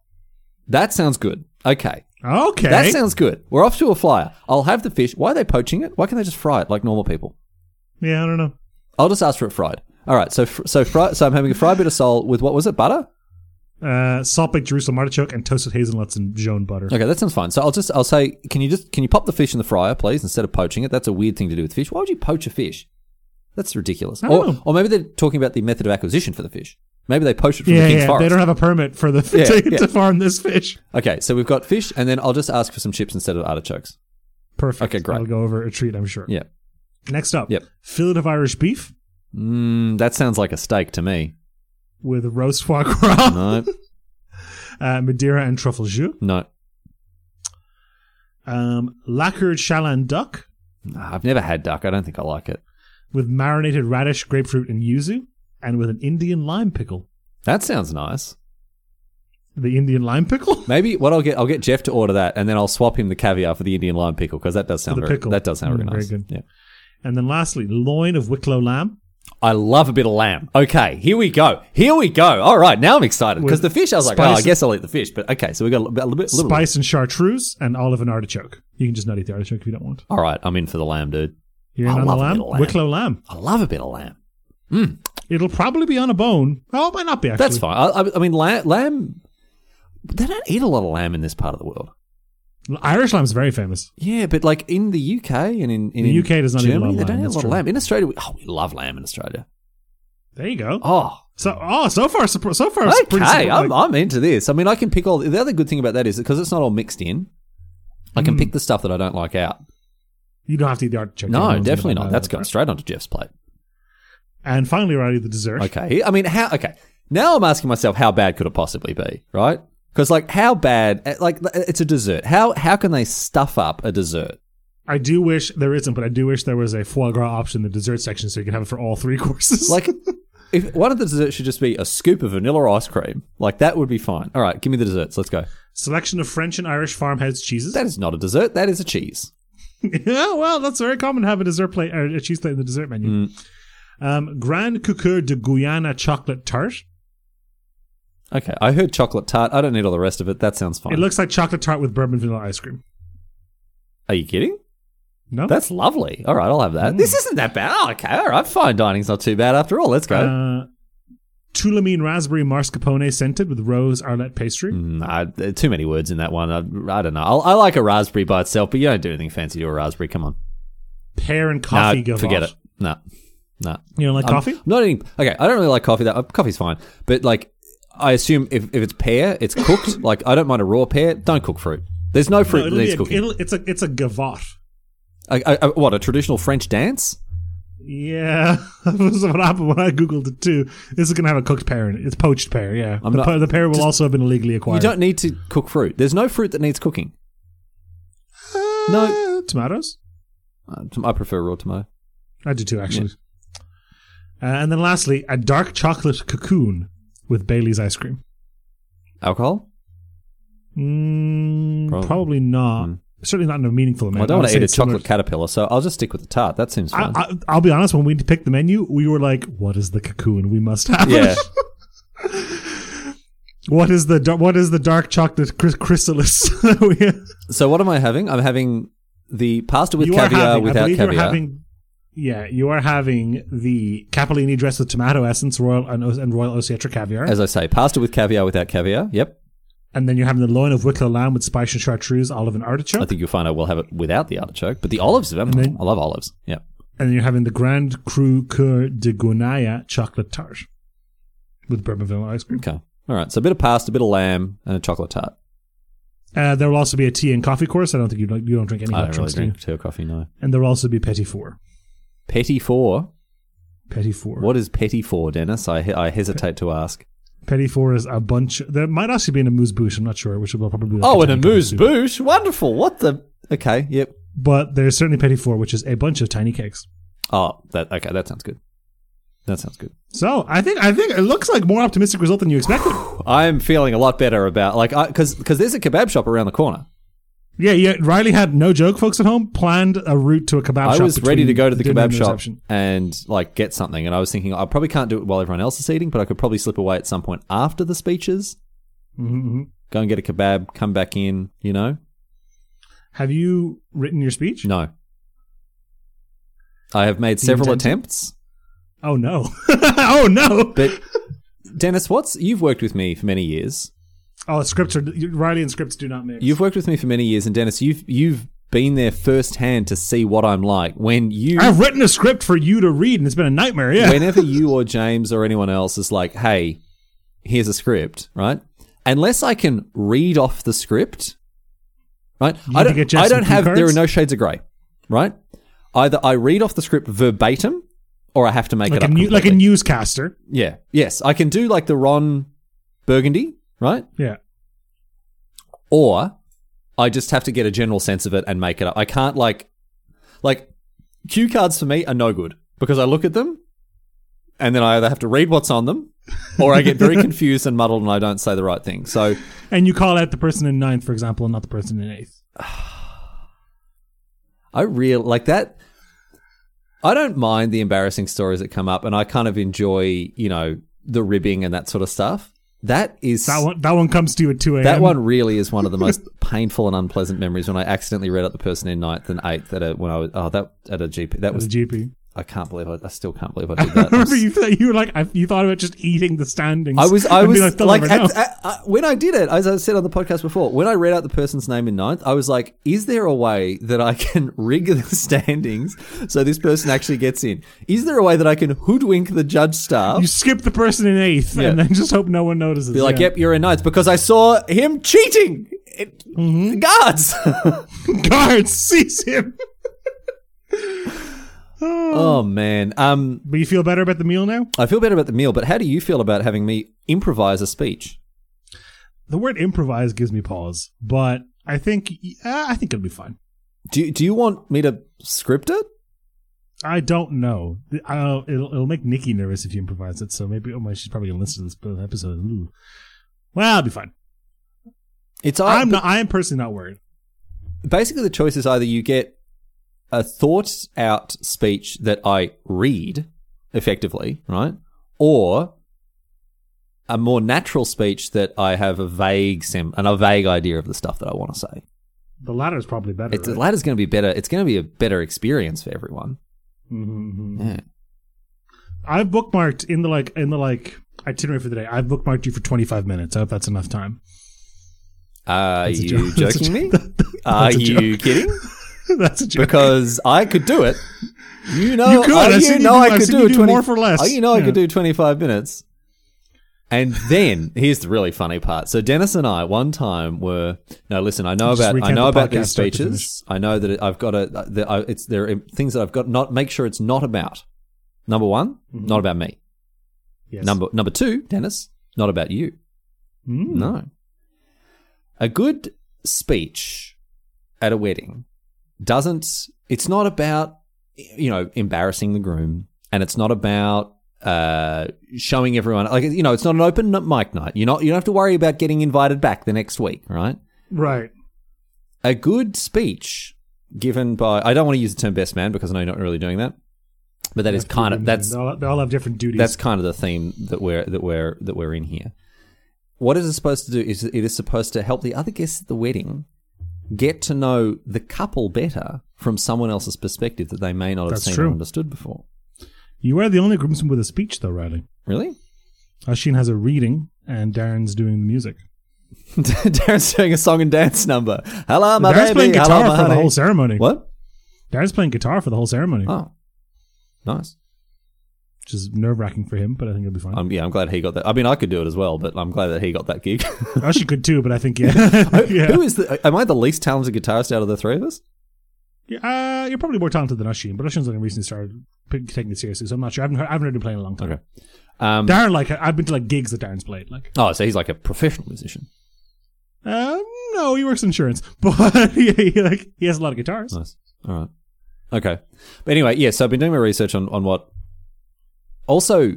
[SPEAKER 1] That sounds good. Okay.
[SPEAKER 2] Okay.
[SPEAKER 1] That sounds good. We're off to a flyer. I'll have the fish. Why are they poaching it? Why can't they just fry it like normal people?
[SPEAKER 2] yeah, I don't know.
[SPEAKER 1] I'll just ask for it fried. All right. So fr- so fry, so I'm having a fried bit of sole with what was it? Butter.
[SPEAKER 2] Uh, salt baked Jerusalem artichoke and toasted hazelnuts and Joan butter.
[SPEAKER 1] Okay, that sounds fine. So I'll just I'll say, can you just can you pop the fish in the fryer, please, instead of poaching it? That's a weird thing to do with fish. Why would you poach a fish? That's ridiculous.
[SPEAKER 2] I
[SPEAKER 1] Or,
[SPEAKER 2] don't know.
[SPEAKER 1] or maybe they're talking about the method of acquisition for the fish. Maybe they poach it from
[SPEAKER 2] yeah,
[SPEAKER 1] the king's
[SPEAKER 2] yeah.
[SPEAKER 1] forest.
[SPEAKER 2] They don't have a permit for the <laughs>
[SPEAKER 1] Yeah,
[SPEAKER 2] to,
[SPEAKER 1] yeah.
[SPEAKER 2] to farm this fish.
[SPEAKER 1] okay, so we've got fish, and then I'll just ask for some chips instead of artichokes.
[SPEAKER 2] Perfect.
[SPEAKER 1] Okay, great.
[SPEAKER 2] I'll go over a treat, I'm sure.
[SPEAKER 1] Yeah,
[SPEAKER 2] Next up,
[SPEAKER 1] Yep.
[SPEAKER 2] fillet of Irish beef
[SPEAKER 1] mm, that sounds like a steak to me.
[SPEAKER 2] with roast foie gras,
[SPEAKER 1] No, <laughs>
[SPEAKER 2] <laughs> uh, Madeira and truffle jus,
[SPEAKER 1] no,
[SPEAKER 2] um, lacquered Chaland duck
[SPEAKER 1] Nah, I've never had duck. I don't think I like it.
[SPEAKER 2] with marinated radish, grapefruit, and yuzu, and with an Indian lime pickle.
[SPEAKER 1] That sounds nice.
[SPEAKER 2] The Indian lime pickle? <laughs>
[SPEAKER 1] Maybe what I'll get, I'll get Jeff to order that, and then I'll swap him the caviar for the Indian lime pickle because that does sound
[SPEAKER 2] the
[SPEAKER 1] very,
[SPEAKER 2] pickle.
[SPEAKER 1] that does sound
[SPEAKER 2] Mm,
[SPEAKER 1] very
[SPEAKER 2] very
[SPEAKER 1] nice.
[SPEAKER 2] good.
[SPEAKER 1] Yeah.
[SPEAKER 2] And then lastly, loin of Wicklow lamb.
[SPEAKER 1] I love a bit of lamb. Okay, here we go. Here we go. All right, now I'm excited because
[SPEAKER 2] With
[SPEAKER 1] the fish. I was like, oh,
[SPEAKER 2] spice-
[SPEAKER 1] I guess I'll eat the fish. But okay, so we got a little bit. A little bit little-
[SPEAKER 2] spice and chartreuse and olive and artichoke. You can just not eat the artichoke if you don't want.
[SPEAKER 1] All right, I'm in for the lamb, dude.
[SPEAKER 2] You're in
[SPEAKER 1] I
[SPEAKER 2] on
[SPEAKER 1] love
[SPEAKER 2] the
[SPEAKER 1] a
[SPEAKER 2] lamb?
[SPEAKER 1] little lamb.
[SPEAKER 2] Wicklow lamb.
[SPEAKER 1] I love a bit of lamb.
[SPEAKER 2] It'll probably be on a bone. Oh, it might not be actually.
[SPEAKER 1] That's fine. I, I- I mean, lamb, lamb. They don't eat a lot of lamb in this part of the world.
[SPEAKER 2] Irish lamb's very famous.
[SPEAKER 1] Yeah, but like in the UK and in, in
[SPEAKER 2] The UK does not eat a
[SPEAKER 1] Germany,
[SPEAKER 2] lot of
[SPEAKER 1] they don't
[SPEAKER 2] lamb,
[SPEAKER 1] eat a
[SPEAKER 2] that's
[SPEAKER 1] lot of
[SPEAKER 2] true.
[SPEAKER 1] lamb. In Australia, we, oh, we love lamb in Australia.
[SPEAKER 2] There you go.
[SPEAKER 1] Oh,
[SPEAKER 2] So, oh, so far, so so far, it's pretty
[SPEAKER 1] okay,
[SPEAKER 2] simple,
[SPEAKER 1] I'm,
[SPEAKER 2] like-
[SPEAKER 1] I'm into this. I mean, I can pick all. The other good thing about that is because it's not all mixed in, I
[SPEAKER 2] Mm.
[SPEAKER 1] can pick the stuff that I don't like out.
[SPEAKER 2] you don't have to eat the artichoke.
[SPEAKER 1] No,
[SPEAKER 2] Everyone's
[SPEAKER 1] definitely
[SPEAKER 2] gonna
[SPEAKER 1] not.
[SPEAKER 2] buy
[SPEAKER 1] That's
[SPEAKER 2] that,
[SPEAKER 1] gone
[SPEAKER 2] right?
[SPEAKER 1] straight onto Jeff's plate.
[SPEAKER 2] And finally, Riley, the dessert.
[SPEAKER 1] Okay. I mean, how? Okay. Now I'm asking myself, how bad could it possibly be? Right? Because like, how bad? eh, Like, it's a dessert. How how can they stuff up a dessert?
[SPEAKER 2] I do wish there isn't, but I do wish there was a foie gras option in the dessert section, so you can have it for all three <laughs> courses.
[SPEAKER 1] Like, if one of the desserts should just be a scoop of vanilla ice cream, like that would be fine. All right, give me the desserts. Let's go.
[SPEAKER 2] selection of French and Irish farmhouse cheeses.
[SPEAKER 1] That is not a dessert. That is a cheese.
[SPEAKER 2] <laughs> yeah, well, that's very common to have a dessert plate or a cheese plate in the dessert menu.
[SPEAKER 1] Hmm.
[SPEAKER 2] Um, Grand Couture de Guyana chocolate tart.
[SPEAKER 1] Okay. I heard chocolate tart. I don't need all the rest of it. That sounds fine.
[SPEAKER 2] It looks like chocolate tart with bourbon vanilla ice cream.
[SPEAKER 1] Are you kidding?
[SPEAKER 2] No,
[SPEAKER 1] Oh, That's lovely. All right, I'll have that. This isn't that bad. Oh, okay. All right, fine dining's not too bad after all. Let's go.
[SPEAKER 2] uh, Tulamine raspberry mascarpone scented with rose arlette pastry.
[SPEAKER 1] Nah, Mm, there are too many words in that one. I, I don't know. I'll, I like a raspberry by itself, but you don't do anything fancy to a raspberry. Come on.
[SPEAKER 2] pear and coffee
[SPEAKER 1] nah,
[SPEAKER 2] gavotte.
[SPEAKER 1] forget it. Um, No. No.
[SPEAKER 2] You don't like coffee?
[SPEAKER 1] Not any. Okay, I don't really like coffee. That uh, coffee's fine, but like, I assume if, if it's pear, it's <laughs> cooked. like, I don't mind a raw pear. Don't cook fruit. There's no fruit that
[SPEAKER 2] be
[SPEAKER 1] needs
[SPEAKER 2] a,
[SPEAKER 1] cooking.
[SPEAKER 2] it'll, it's a it's a gavotte.
[SPEAKER 1] I, I, I- what a traditional French dance.
[SPEAKER 2] Yeah, <laughs> that was what happened when I googled it too. This is gonna have a cooked pear in it. It's poached pear. Yeah, the,
[SPEAKER 1] not-
[SPEAKER 2] pe- the pear will also have been illegally
[SPEAKER 1] You
[SPEAKER 2] acquired.
[SPEAKER 1] don't need to cook fruit. There's no fruit that needs cooking. no.
[SPEAKER 2] Uh, tomatoes.
[SPEAKER 1] Uh, tom- I prefer raw tomato.
[SPEAKER 2] I do too, actually. Uh, and then lastly, a dark chocolate cocoon with Bailey's ice cream.
[SPEAKER 1] Alcohol.
[SPEAKER 2] Mm,
[SPEAKER 1] Probably. Mm.
[SPEAKER 2] probably. not. Certainly not in a meaningful amount.
[SPEAKER 1] I don't
[SPEAKER 2] would
[SPEAKER 1] want to
[SPEAKER 2] say
[SPEAKER 1] eat a
[SPEAKER 2] it's similar
[SPEAKER 1] chocolate caterpillar, so I'll just stick with the tart. That seems
[SPEAKER 2] <laughs>
[SPEAKER 1] fine.
[SPEAKER 2] I, I, I'll be honest. When we picked the menu, we were like, "What is the cocoon? We must have
[SPEAKER 1] yeah.
[SPEAKER 2] it. <laughs> What is the dar- what is the dark chocolate chry- chrysalis? <laughs> We-
[SPEAKER 1] So what am I having? I'm having the pasta with
[SPEAKER 2] you
[SPEAKER 1] caviar
[SPEAKER 2] are having, I
[SPEAKER 1] without
[SPEAKER 2] believe
[SPEAKER 1] caviar.
[SPEAKER 2] You're having, yeah, you are having the capellini dressed with tomato essence, royal and, and royal Osietra caviar,
[SPEAKER 1] As I say, pasta with caviar without caviar. Yep.
[SPEAKER 2] and then you're having the loin of Wicklow lamb with spice and chartreuse, olive and artichoke,
[SPEAKER 1] I think you'll find I will have it without the artichoke, but the olives. mm,
[SPEAKER 2] then-
[SPEAKER 1] I love olives. Yep.
[SPEAKER 2] and then you're having the Grand Cru Coeur de Gonaya chocolate tart with bourbon vanilla ice cream.
[SPEAKER 1] Okay. All right. So a bit of pasta, a bit of lamb, and a chocolate tart.
[SPEAKER 2] Uh, there will also be a tea and coffee course. I don't think you like, you don't drink any
[SPEAKER 1] I
[SPEAKER 2] hot
[SPEAKER 1] don't really
[SPEAKER 2] drinks, do you?
[SPEAKER 1] drink tea or coffee. No.
[SPEAKER 2] And there will also be petit four.
[SPEAKER 1] Petit four.
[SPEAKER 2] Petit four.
[SPEAKER 1] What is petit four, Dennis? I he- I hesitate to ask.
[SPEAKER 2] Petty four is a bunch. There might actually be an amuse bouche. I'm not sure, which will probably be like
[SPEAKER 1] Oh, and a
[SPEAKER 2] tiny
[SPEAKER 1] moose
[SPEAKER 2] cookie.
[SPEAKER 1] boosh. Wonderful. What the? Okay. Yep.
[SPEAKER 2] But there's certainly petty four, which is a bunch of tiny cakes.
[SPEAKER 1] Oh, that okay. That sounds good. That sounds good.
[SPEAKER 2] So I think I think it looks like more optimistic result than you expected.
[SPEAKER 1] I'm feeling a lot better about like because because there's a kebab shop around the corner.
[SPEAKER 2] Yeah, yeah. Riley had no joke, folks at home, planned a route to a kebab shop.
[SPEAKER 1] I was ready
[SPEAKER 2] between
[SPEAKER 1] to go to the
[SPEAKER 2] dinner and
[SPEAKER 1] kebab shop
[SPEAKER 2] reception.
[SPEAKER 1] and like get something, and I was thinking I probably can't do it while everyone else is eating, but I could probably slip away at some point after the speeches,
[SPEAKER 2] Mhm.
[SPEAKER 1] go and get a kebab, come back in. You know,
[SPEAKER 2] Have you written your speech?
[SPEAKER 1] no. I have made several
[SPEAKER 2] intend to?
[SPEAKER 1] attempts,
[SPEAKER 2] Oh no. <laughs> oh no. <laughs>
[SPEAKER 1] but Dennis, what's you've worked with me for many years.
[SPEAKER 2] Oh, scripts are Riley and scripts do not mix.
[SPEAKER 1] You've worked with me for many years, and Dennis, you've you've been there firsthand to see what I'm like when you
[SPEAKER 2] I've written a script for you to read, and it's been a nightmare. Yeah.
[SPEAKER 1] whenever you or James or anyone else is like, hey, here's a script, right? Unless I can read off the script, right? I
[SPEAKER 2] You need to
[SPEAKER 1] don't,
[SPEAKER 2] get Jeff
[SPEAKER 1] I
[SPEAKER 2] some
[SPEAKER 1] don't
[SPEAKER 2] cue
[SPEAKER 1] have, there are
[SPEAKER 2] cards?
[SPEAKER 1] no shades of grey, right? Either I read off the script verbatim or I have to make
[SPEAKER 2] like
[SPEAKER 1] it
[SPEAKER 2] a
[SPEAKER 1] up.
[SPEAKER 2] new, like a
[SPEAKER 1] completely.
[SPEAKER 2] newscaster.
[SPEAKER 1] yeah. Yes. I can do like the Ron Burgundy, right?
[SPEAKER 2] Yeah.
[SPEAKER 1] Or I just have to get a general sense of it and make it up. I can't like, like, cue cards for me are no good because I look at them and then I either have to read what's on them or I get
[SPEAKER 2] <laughs>
[SPEAKER 1] very confused and muddled and I don't say the right thing. So
[SPEAKER 2] And you call out the person in ninth, for example, and not the person in eighth.
[SPEAKER 1] I real like that. I don't mind the embarrassing stories that come up and I kind of enjoy, you know, the ribbing and that sort of stuff. That is
[SPEAKER 2] That one, that one comes to you at two a.m.
[SPEAKER 1] That one really is one of the
[SPEAKER 2] <laughs>
[SPEAKER 1] most painful and unpleasant memories when I accidentally read out the person in ninth and eighth at a when I was oh that at a GP that
[SPEAKER 2] That was
[SPEAKER 1] was
[SPEAKER 2] GP.
[SPEAKER 1] I can't believe I, I still can't
[SPEAKER 2] <laughs>
[SPEAKER 1] believe I did
[SPEAKER 2] I
[SPEAKER 1] that. I'm
[SPEAKER 2] remember you, you were like, I, you thought about just eating the standings.
[SPEAKER 1] I was, I
[SPEAKER 2] and being
[SPEAKER 1] was
[SPEAKER 2] like,
[SPEAKER 1] like,
[SPEAKER 2] "They'll never
[SPEAKER 1] at-
[SPEAKER 2] know."
[SPEAKER 1] at- I- when I did it, as I said on the podcast before, when I read out the person's name in ninth, I was like, "Is there a way that I can <laughs> rig the standings so this person actually gets in? Is there a way that I can hoodwink the judge staff?"
[SPEAKER 2] you skip the person in eighth,
[SPEAKER 1] Yeah.
[SPEAKER 2] and then just hope no one notices.
[SPEAKER 1] Be like,
[SPEAKER 2] yeah.
[SPEAKER 1] "Yep, you're in ninth because I saw him cheating." It,
[SPEAKER 2] Mm-hmm.
[SPEAKER 1] Guards. <laughs>
[SPEAKER 2] <laughs> guard sees him. <sighs>
[SPEAKER 1] oh man. Um,
[SPEAKER 2] But you feel better about the meal now.
[SPEAKER 1] I feel better about the meal, but how do you feel about having me improvise a speech?
[SPEAKER 2] The word improvise gives me pause, but I think uh, I think it'll be fine.
[SPEAKER 1] Do you, do you want me to script it?
[SPEAKER 2] I don't know. I'll, it'll, it'll make Nikki nervous if you improvise it. So maybe oh my, she's probably gonna listen to this episode. Ooh. Well, I'll be fine.
[SPEAKER 1] It's I,
[SPEAKER 2] I'm not. I am personally not worried.
[SPEAKER 1] basically the choice is either you get a thought out speech that I read effectively, right? Or a more natural speech that I have a vague sim and a vague idea of the stuff that I want to say.
[SPEAKER 2] The latter is probably better.
[SPEAKER 1] It's,
[SPEAKER 2] right?
[SPEAKER 1] The latter's going to be better. It's going to be a better experience for everyone.
[SPEAKER 2] Mhm, mhm.
[SPEAKER 1] Yeah.
[SPEAKER 2] I've bookmarked in the like in the like itinerary for the day. I've bookmarked you for 25 minutes. I hope that's enough time. <laughs>
[SPEAKER 1] Are
[SPEAKER 2] That's a
[SPEAKER 1] you
[SPEAKER 2] joke. <laughs> That's a
[SPEAKER 1] joking me?
[SPEAKER 2] joke.
[SPEAKER 1] Are
[SPEAKER 2] a
[SPEAKER 1] you kidding?
[SPEAKER 2] that's a joke.
[SPEAKER 1] <laughs> because I could do it. You know,
[SPEAKER 2] You could.
[SPEAKER 1] I,
[SPEAKER 2] I've
[SPEAKER 1] you
[SPEAKER 2] seen you
[SPEAKER 1] know
[SPEAKER 2] do-
[SPEAKER 1] I
[SPEAKER 2] I've
[SPEAKER 1] could
[SPEAKER 2] seen
[SPEAKER 1] do,
[SPEAKER 2] you do
[SPEAKER 1] 20,
[SPEAKER 2] more for less.
[SPEAKER 1] I- you know I
[SPEAKER 2] Yeah.
[SPEAKER 1] could do 25 minutes. And then here's the really funny part. So Dennis and I one time were no listen. I know
[SPEAKER 2] Just
[SPEAKER 1] about I
[SPEAKER 2] recap
[SPEAKER 1] know
[SPEAKER 2] the
[SPEAKER 1] about
[SPEAKER 2] podcast
[SPEAKER 1] these
[SPEAKER 2] start to
[SPEAKER 1] speeches. I know that it, I've got a that I, it's there are things that I've got not make sure it's not about number one not about me.
[SPEAKER 2] Mm-hmm. Yes.
[SPEAKER 1] Number number two Dennis not about you.
[SPEAKER 2] Mm.
[SPEAKER 1] No. A good speech at a wedding doesn't, it's not about, you know, embarrassing the groom and it's not about, uh, showing everyone like you know it's not an open mic night. You're not you don't have to worry about getting invited back the next week, right?
[SPEAKER 2] Right.
[SPEAKER 1] A good speech given by I don't want to use the term best man because I know you're not really doing that, but that is kind of that's
[SPEAKER 2] they all, they all have different duties.
[SPEAKER 1] that's kind of the theme that we're that we're that we're in here. What it is supposed to do is it is supposed to help the other guests at the wedding get to know the couple better from someone else's perspective that they may not have
[SPEAKER 2] That's
[SPEAKER 1] seen
[SPEAKER 2] true.
[SPEAKER 1] or understood before.
[SPEAKER 2] you are the only groomsman with a speech, though, Riley.
[SPEAKER 1] Really? <laughs>
[SPEAKER 2] Ashin has a reading, and Darren's doing the music.
[SPEAKER 1] Darren's doing a song and dance number. Hello, my
[SPEAKER 2] Darren's
[SPEAKER 1] baby.
[SPEAKER 2] playing
[SPEAKER 1] Hello,
[SPEAKER 2] guitar
[SPEAKER 1] my
[SPEAKER 2] for the
[SPEAKER 1] honey.
[SPEAKER 2] whole ceremony.
[SPEAKER 1] What?
[SPEAKER 2] Darren's playing guitar for the whole ceremony,
[SPEAKER 1] Oh, nice.
[SPEAKER 2] which is nerve wracking for him, but I think it'll be <laughs> fine.
[SPEAKER 1] Um, yeah, I'm glad he got that. I mean, I could do it as well, but I'm glad that he got that
[SPEAKER 2] <laughs>
[SPEAKER 1] gig.
[SPEAKER 2] Ashin could too, but I think yeah, <laughs> yeah.
[SPEAKER 1] <laughs> Who is the? Am I the least talented guitarist out of the three of us?
[SPEAKER 2] Yeah, Uh, you're probably more talented than Ashin, but Ashin's only recently started p- taking it seriously, so I'm not sure. I haven't heard, I haven't heard him play in a long time.
[SPEAKER 1] Okay. Um,
[SPEAKER 2] Darren, like, I've been to like gigs that Darren's played. Like,
[SPEAKER 1] oh, so he's like a professional musician.
[SPEAKER 2] uh, no, he works in insurance, <laughs> but yeah, he, like he has a lot of guitars.
[SPEAKER 1] Nice. All right. Okay. But anyway, yeah, so I've been doing my research on, on what. Also,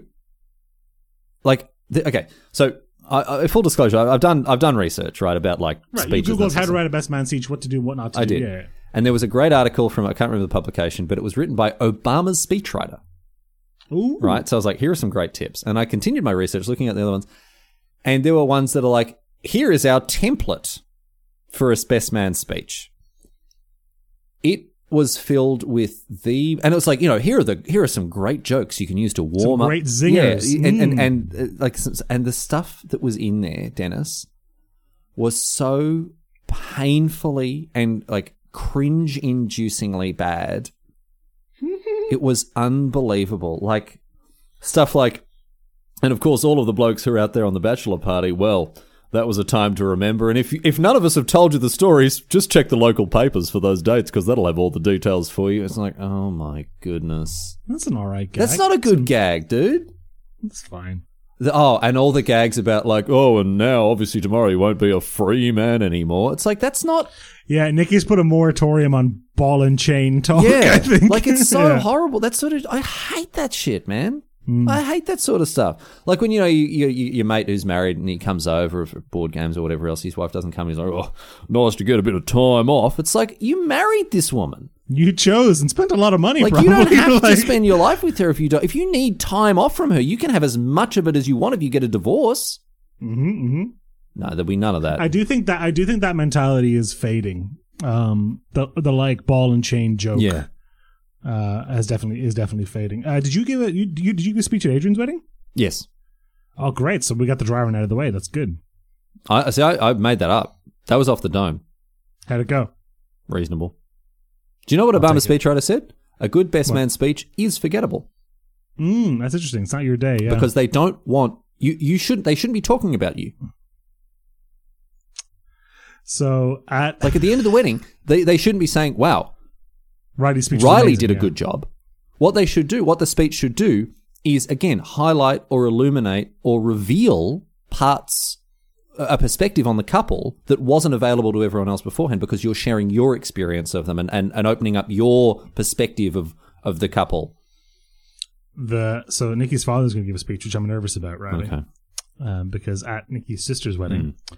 [SPEAKER 1] like, the, okay, so I, I, full disclosure, I- I've done I've done research right about like
[SPEAKER 2] Right, you
[SPEAKER 1] speeches. and
[SPEAKER 2] googled
[SPEAKER 1] that
[SPEAKER 2] how
[SPEAKER 1] sort
[SPEAKER 2] to
[SPEAKER 1] of
[SPEAKER 2] write a best man speech, what to do, what not to
[SPEAKER 1] I
[SPEAKER 2] do.
[SPEAKER 1] did.
[SPEAKER 2] Yeah.
[SPEAKER 1] And there was a great article from I can't remember the publication, but it was written by Obama's speechwriter.
[SPEAKER 2] Ooh.
[SPEAKER 1] Right. So I was like, here are some great tips. And I continued my research looking at the other ones. And there were ones that are like, here is our template for a best man speech. It was filled with the and it was like, you know, here are the here are some great jokes you can use to warm up
[SPEAKER 2] great zingers.
[SPEAKER 1] Yeah, and, and,
[SPEAKER 2] Mm.
[SPEAKER 1] and uh, like some- and the stuff that was in there, Dennis, was so painfully and like cringe inducingly bad. it was unbelievable. Like stuff like and of course all of the blokes who are out there on the bachelor party, well, that was a time to remember. And if if none of us have told you the stories, just check the local papers for those dates because that'll have all the details for you. It's like, oh my goodness.
[SPEAKER 2] That's an all right guy.
[SPEAKER 1] That's not a good gag, dude.
[SPEAKER 2] That's fine.
[SPEAKER 1] The- oh, and all the gags about like, oh, and now obviously tomorrow you won't be a free man anymore. It's like that's not
[SPEAKER 2] Yeah, Nikki's put a moratorium on ball and chain <laughs> talk.
[SPEAKER 1] yeah.
[SPEAKER 2] I think.
[SPEAKER 1] Like it's so
[SPEAKER 2] <laughs> Yeah. Mm.
[SPEAKER 1] horrible. That sort of I hate that shit, man. I hate that sort of stuff. Like when you know you, you, you, your mate who's married and he comes over for board games or whatever else, his wife doesn't come. He's like, oh, nice to get a bit of time off. It's like you married this woman.
[SPEAKER 2] You chose and spent a lot of money.
[SPEAKER 1] Like
[SPEAKER 2] probably. <laughs>
[SPEAKER 1] you don't have to
[SPEAKER 2] Like,
[SPEAKER 1] spend your life with her if you don't. If you need time off from her, you can have as much of it as you want if you get a divorce.
[SPEAKER 2] Mhm, mhm.
[SPEAKER 1] No, there'll be none of that.
[SPEAKER 2] I do think that I do think that mentality is fading. Um, the the like ball and chain joke.
[SPEAKER 1] yeah.
[SPEAKER 2] uh, has definitely is definitely fading. Uh, did you give a you, you did you give a speech at Adrian's wedding?
[SPEAKER 1] Yes.
[SPEAKER 2] Oh, great! So we got the driving out of the way. That's good.
[SPEAKER 1] I see. I, I made that up. That was off the dome.
[SPEAKER 2] How'd it go?
[SPEAKER 1] Reasonable. Do you know what Obama's speechwriter said? A good best
[SPEAKER 2] What?
[SPEAKER 1] man speech is forgettable
[SPEAKER 2] Mm, that's interesting. It's not your day, yeah.
[SPEAKER 1] because they don't want you. You shouldn't. They shouldn't be talking about you.
[SPEAKER 2] so at
[SPEAKER 1] Like at the end of the wedding, they they shouldn't be saying, "Wow,
[SPEAKER 2] Riley's speech. was
[SPEAKER 1] Riley
[SPEAKER 2] amazing,
[SPEAKER 1] did a
[SPEAKER 2] yeah.
[SPEAKER 1] good job." What they should do, what the speech should do, is again highlight or illuminate or reveal parts, a perspective on the couple that wasn't available to everyone else beforehand because you're sharing your experience of them and, and, and opening up your perspective of, of the couple.
[SPEAKER 2] The so Nikki's father's going to give a speech, which I'm nervous about, Riley, um, because at Nikki's sister's wedding.
[SPEAKER 1] Mm.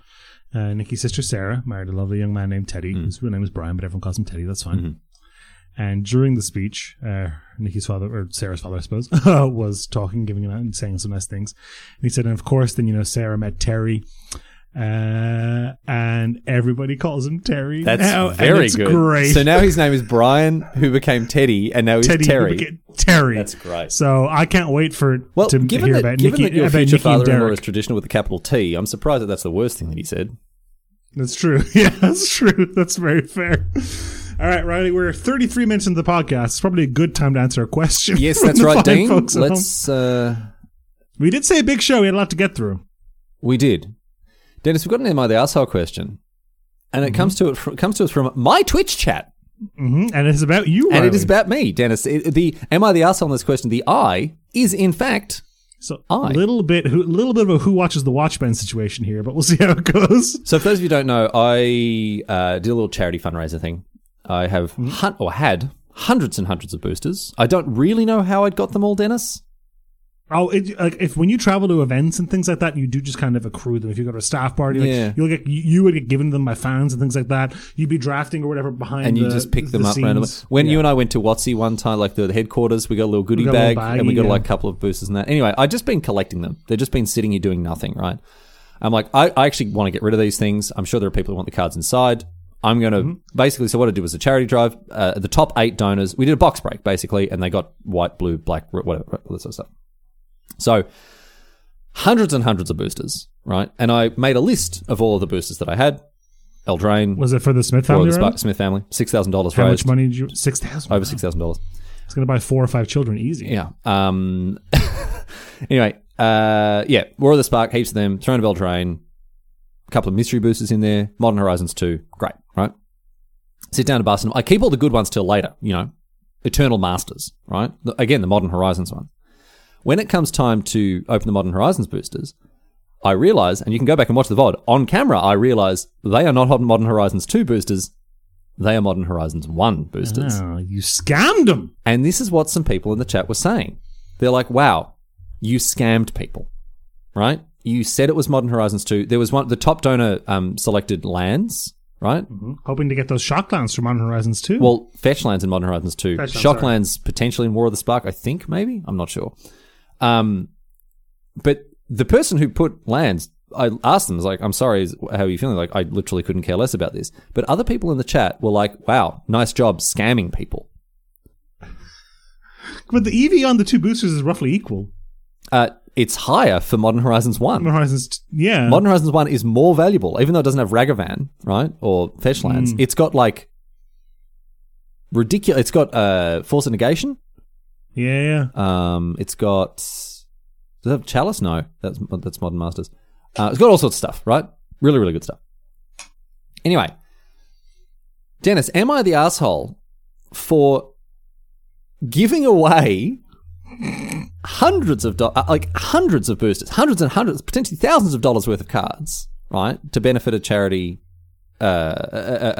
[SPEAKER 2] Uh, Nikki's sister Sarah married a lovely young man named Teddy.
[SPEAKER 1] Mm.
[SPEAKER 2] His real name is Brian, but everyone calls him Teddy. That's fine.
[SPEAKER 1] Mm-hmm.
[SPEAKER 2] And during the speech, uh, Nikki's father, or Sarah's father, I suppose, <laughs> was talking, giving it out, and saying some nice things. And he said, and of course, then, you know, Sarah met Terry. Uh, and everybody calls him Terry.
[SPEAKER 1] That's
[SPEAKER 2] now, and
[SPEAKER 1] very
[SPEAKER 2] it's
[SPEAKER 1] good.
[SPEAKER 2] Great.
[SPEAKER 1] So now his name is Brian, who became Teddy, and now he's
[SPEAKER 2] Teddy.
[SPEAKER 1] Terry.
[SPEAKER 2] became Terry.
[SPEAKER 1] That's great.
[SPEAKER 2] So I can't wait for
[SPEAKER 1] well,
[SPEAKER 2] to
[SPEAKER 1] given
[SPEAKER 2] hear
[SPEAKER 1] that,
[SPEAKER 2] about
[SPEAKER 1] given
[SPEAKER 2] Nikki,
[SPEAKER 1] that your
[SPEAKER 2] about
[SPEAKER 1] future
[SPEAKER 2] Nikki and
[SPEAKER 1] father-in-law is
[SPEAKER 2] Derek.
[SPEAKER 1] traditional with a capital T, I'm surprised that that's the worst thing that he said.
[SPEAKER 2] That's true. <laughs> Yeah, that's true. That's very fair. All right, Riley, we're 33 minutes into the podcast. It's probably a good time to answer a question.
[SPEAKER 1] Yes,
[SPEAKER 2] <laughs> from
[SPEAKER 1] that's
[SPEAKER 2] the
[SPEAKER 1] right,
[SPEAKER 2] fine
[SPEAKER 1] Dean.
[SPEAKER 2] folks at home.
[SPEAKER 1] Let's. Uh,
[SPEAKER 2] We did say a big show. We had a lot to get through.
[SPEAKER 1] we did, Dennis. We've got an "Am I the asshole?" question, and it
[SPEAKER 2] Mm-hmm.
[SPEAKER 1] comes to it fr- comes to us from my Twitch chat,
[SPEAKER 2] hmm And it is about you,
[SPEAKER 1] and it
[SPEAKER 2] Riley.
[SPEAKER 1] is about me, Dennis. It- the "Am I the asshole?" on this question, the I is in fact.
[SPEAKER 2] so a
[SPEAKER 1] I.
[SPEAKER 2] little bit, who, little bit of a who watches the Watchmen situation here, but we'll see how it goes.
[SPEAKER 1] So, for those of you who don't know, I uh, did a little charity fundraiser thing. I have hun- or had hundreds and hundreds of boosters. I don't really know how I'd got them all, Dennis.
[SPEAKER 2] Oh, it, like if when you travel to events and things like that, you do just kind of accrue them. If you go to a staff party, like,
[SPEAKER 1] Yeah.
[SPEAKER 2] you'll get you, you would get given them by fans and things like that. You'd be drafting or whatever behind,
[SPEAKER 1] and you
[SPEAKER 2] the-
[SPEAKER 1] just pick them
[SPEAKER 2] the
[SPEAKER 1] up randomly.
[SPEAKER 2] scenes.
[SPEAKER 1] When
[SPEAKER 2] Yeah.
[SPEAKER 1] you and I went to Watsy one time, like the headquarters, we got a little goodie
[SPEAKER 2] got a
[SPEAKER 1] bag
[SPEAKER 2] little
[SPEAKER 1] and we
[SPEAKER 2] baggie,
[SPEAKER 1] got like
[SPEAKER 2] yeah.
[SPEAKER 1] a couple of boosters and that. Anyway, I've just been collecting them. They've just been sitting here doing nothing, right? I'm like, I, I actually want to get rid of these things. I'm sure there are people who want the cards inside. I'm going to
[SPEAKER 2] Mm-hmm.
[SPEAKER 1] basically, so what I did was a charity drive. Uh, the top eight donors, we did a box break basically, and they got white, blue, black, r- whatever, all that sort of stuff. So hundreds and hundreds of boosters, right? And I made a list of all of the boosters that I had. Eldraine,
[SPEAKER 2] was it for the Smith
[SPEAKER 1] Royal
[SPEAKER 2] family?
[SPEAKER 1] Sp-
[SPEAKER 2] round?
[SPEAKER 1] Smith family, $6,000
[SPEAKER 2] How
[SPEAKER 1] raised
[SPEAKER 2] much money did you? Six thousand.
[SPEAKER 1] over six thousand dollars.
[SPEAKER 2] It's going to buy four or five children easy.
[SPEAKER 1] Yeah. Um. <laughs> anyway. Uh. Yeah. War of the Spark. Heaps of them. Throne of Eldraine. A couple of mystery boosters in there. Modern Horizons two. Great. Right. Sit down to bust them. I keep all the good ones till later. You know, Eternal Masters. Right. The- again, the Modern Horizons one. When it comes time to open the Modern Horizons boosters, I realize, and you can go back and watch the VOD on camera. I realize they are not Modern Horizons two boosters. They are Modern Horizons one boosters.
[SPEAKER 2] Oh, you scammed them.
[SPEAKER 1] And this is what some people in the chat were saying. They're like, wow, you scammed people, right? you said it was Modern Horizons 2. There was one, the top donor um, selected lands, right?
[SPEAKER 2] Hoping to get those shocklands from Modern Horizons 2.
[SPEAKER 1] Well, fetch lands in Modern Horizons 2.
[SPEAKER 2] Fetch lands,
[SPEAKER 1] Shock lands potentially in War of the Spark, I think, maybe? I'm not sure. Um, but the person who put lands, I asked them, I was like, I'm sorry, is- how are you feeling? Like, I literally couldn't care less about this. But other people in the chat were like, wow, nice job scamming people.
[SPEAKER 2] but the EV on the two boosters is roughly equal.
[SPEAKER 1] Uh, it's higher for Modern Horizons 1.
[SPEAKER 2] Modern Horizons, t- yeah.
[SPEAKER 1] Modern Horizons 1 is more valuable, even though it doesn't have Ragavan, right? Or Fetch Lands. It's got like ridiculous. It's got uh, Force of Negation.
[SPEAKER 2] yeah, yeah.
[SPEAKER 1] Um, it's got. Does it have Chalice? No. That's, that's Modern Masters. Uh, it's got all sorts of stuff, right? Really, really good stuff. Anyway, Dennis, am I the asshole for giving away hundreds of do- uh, like hundreds of boosters, hundreds and hundreds, potentially thousands of dollars worth of cards, right, to benefit a charity, uh, a, a,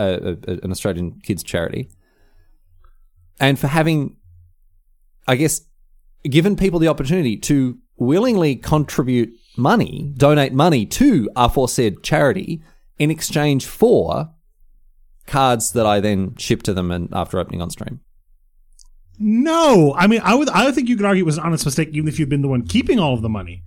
[SPEAKER 1] a, a, an Australian kids charity, and for having, I guess, given people the opportunity to willingly contribute money, donate money to aforesaid charity in exchange for cards that I then ship to them and after opening on stream.
[SPEAKER 2] No, I mean, I would, I would think you could argue it was an honest mistake, even if you'd been the one keeping all of the money.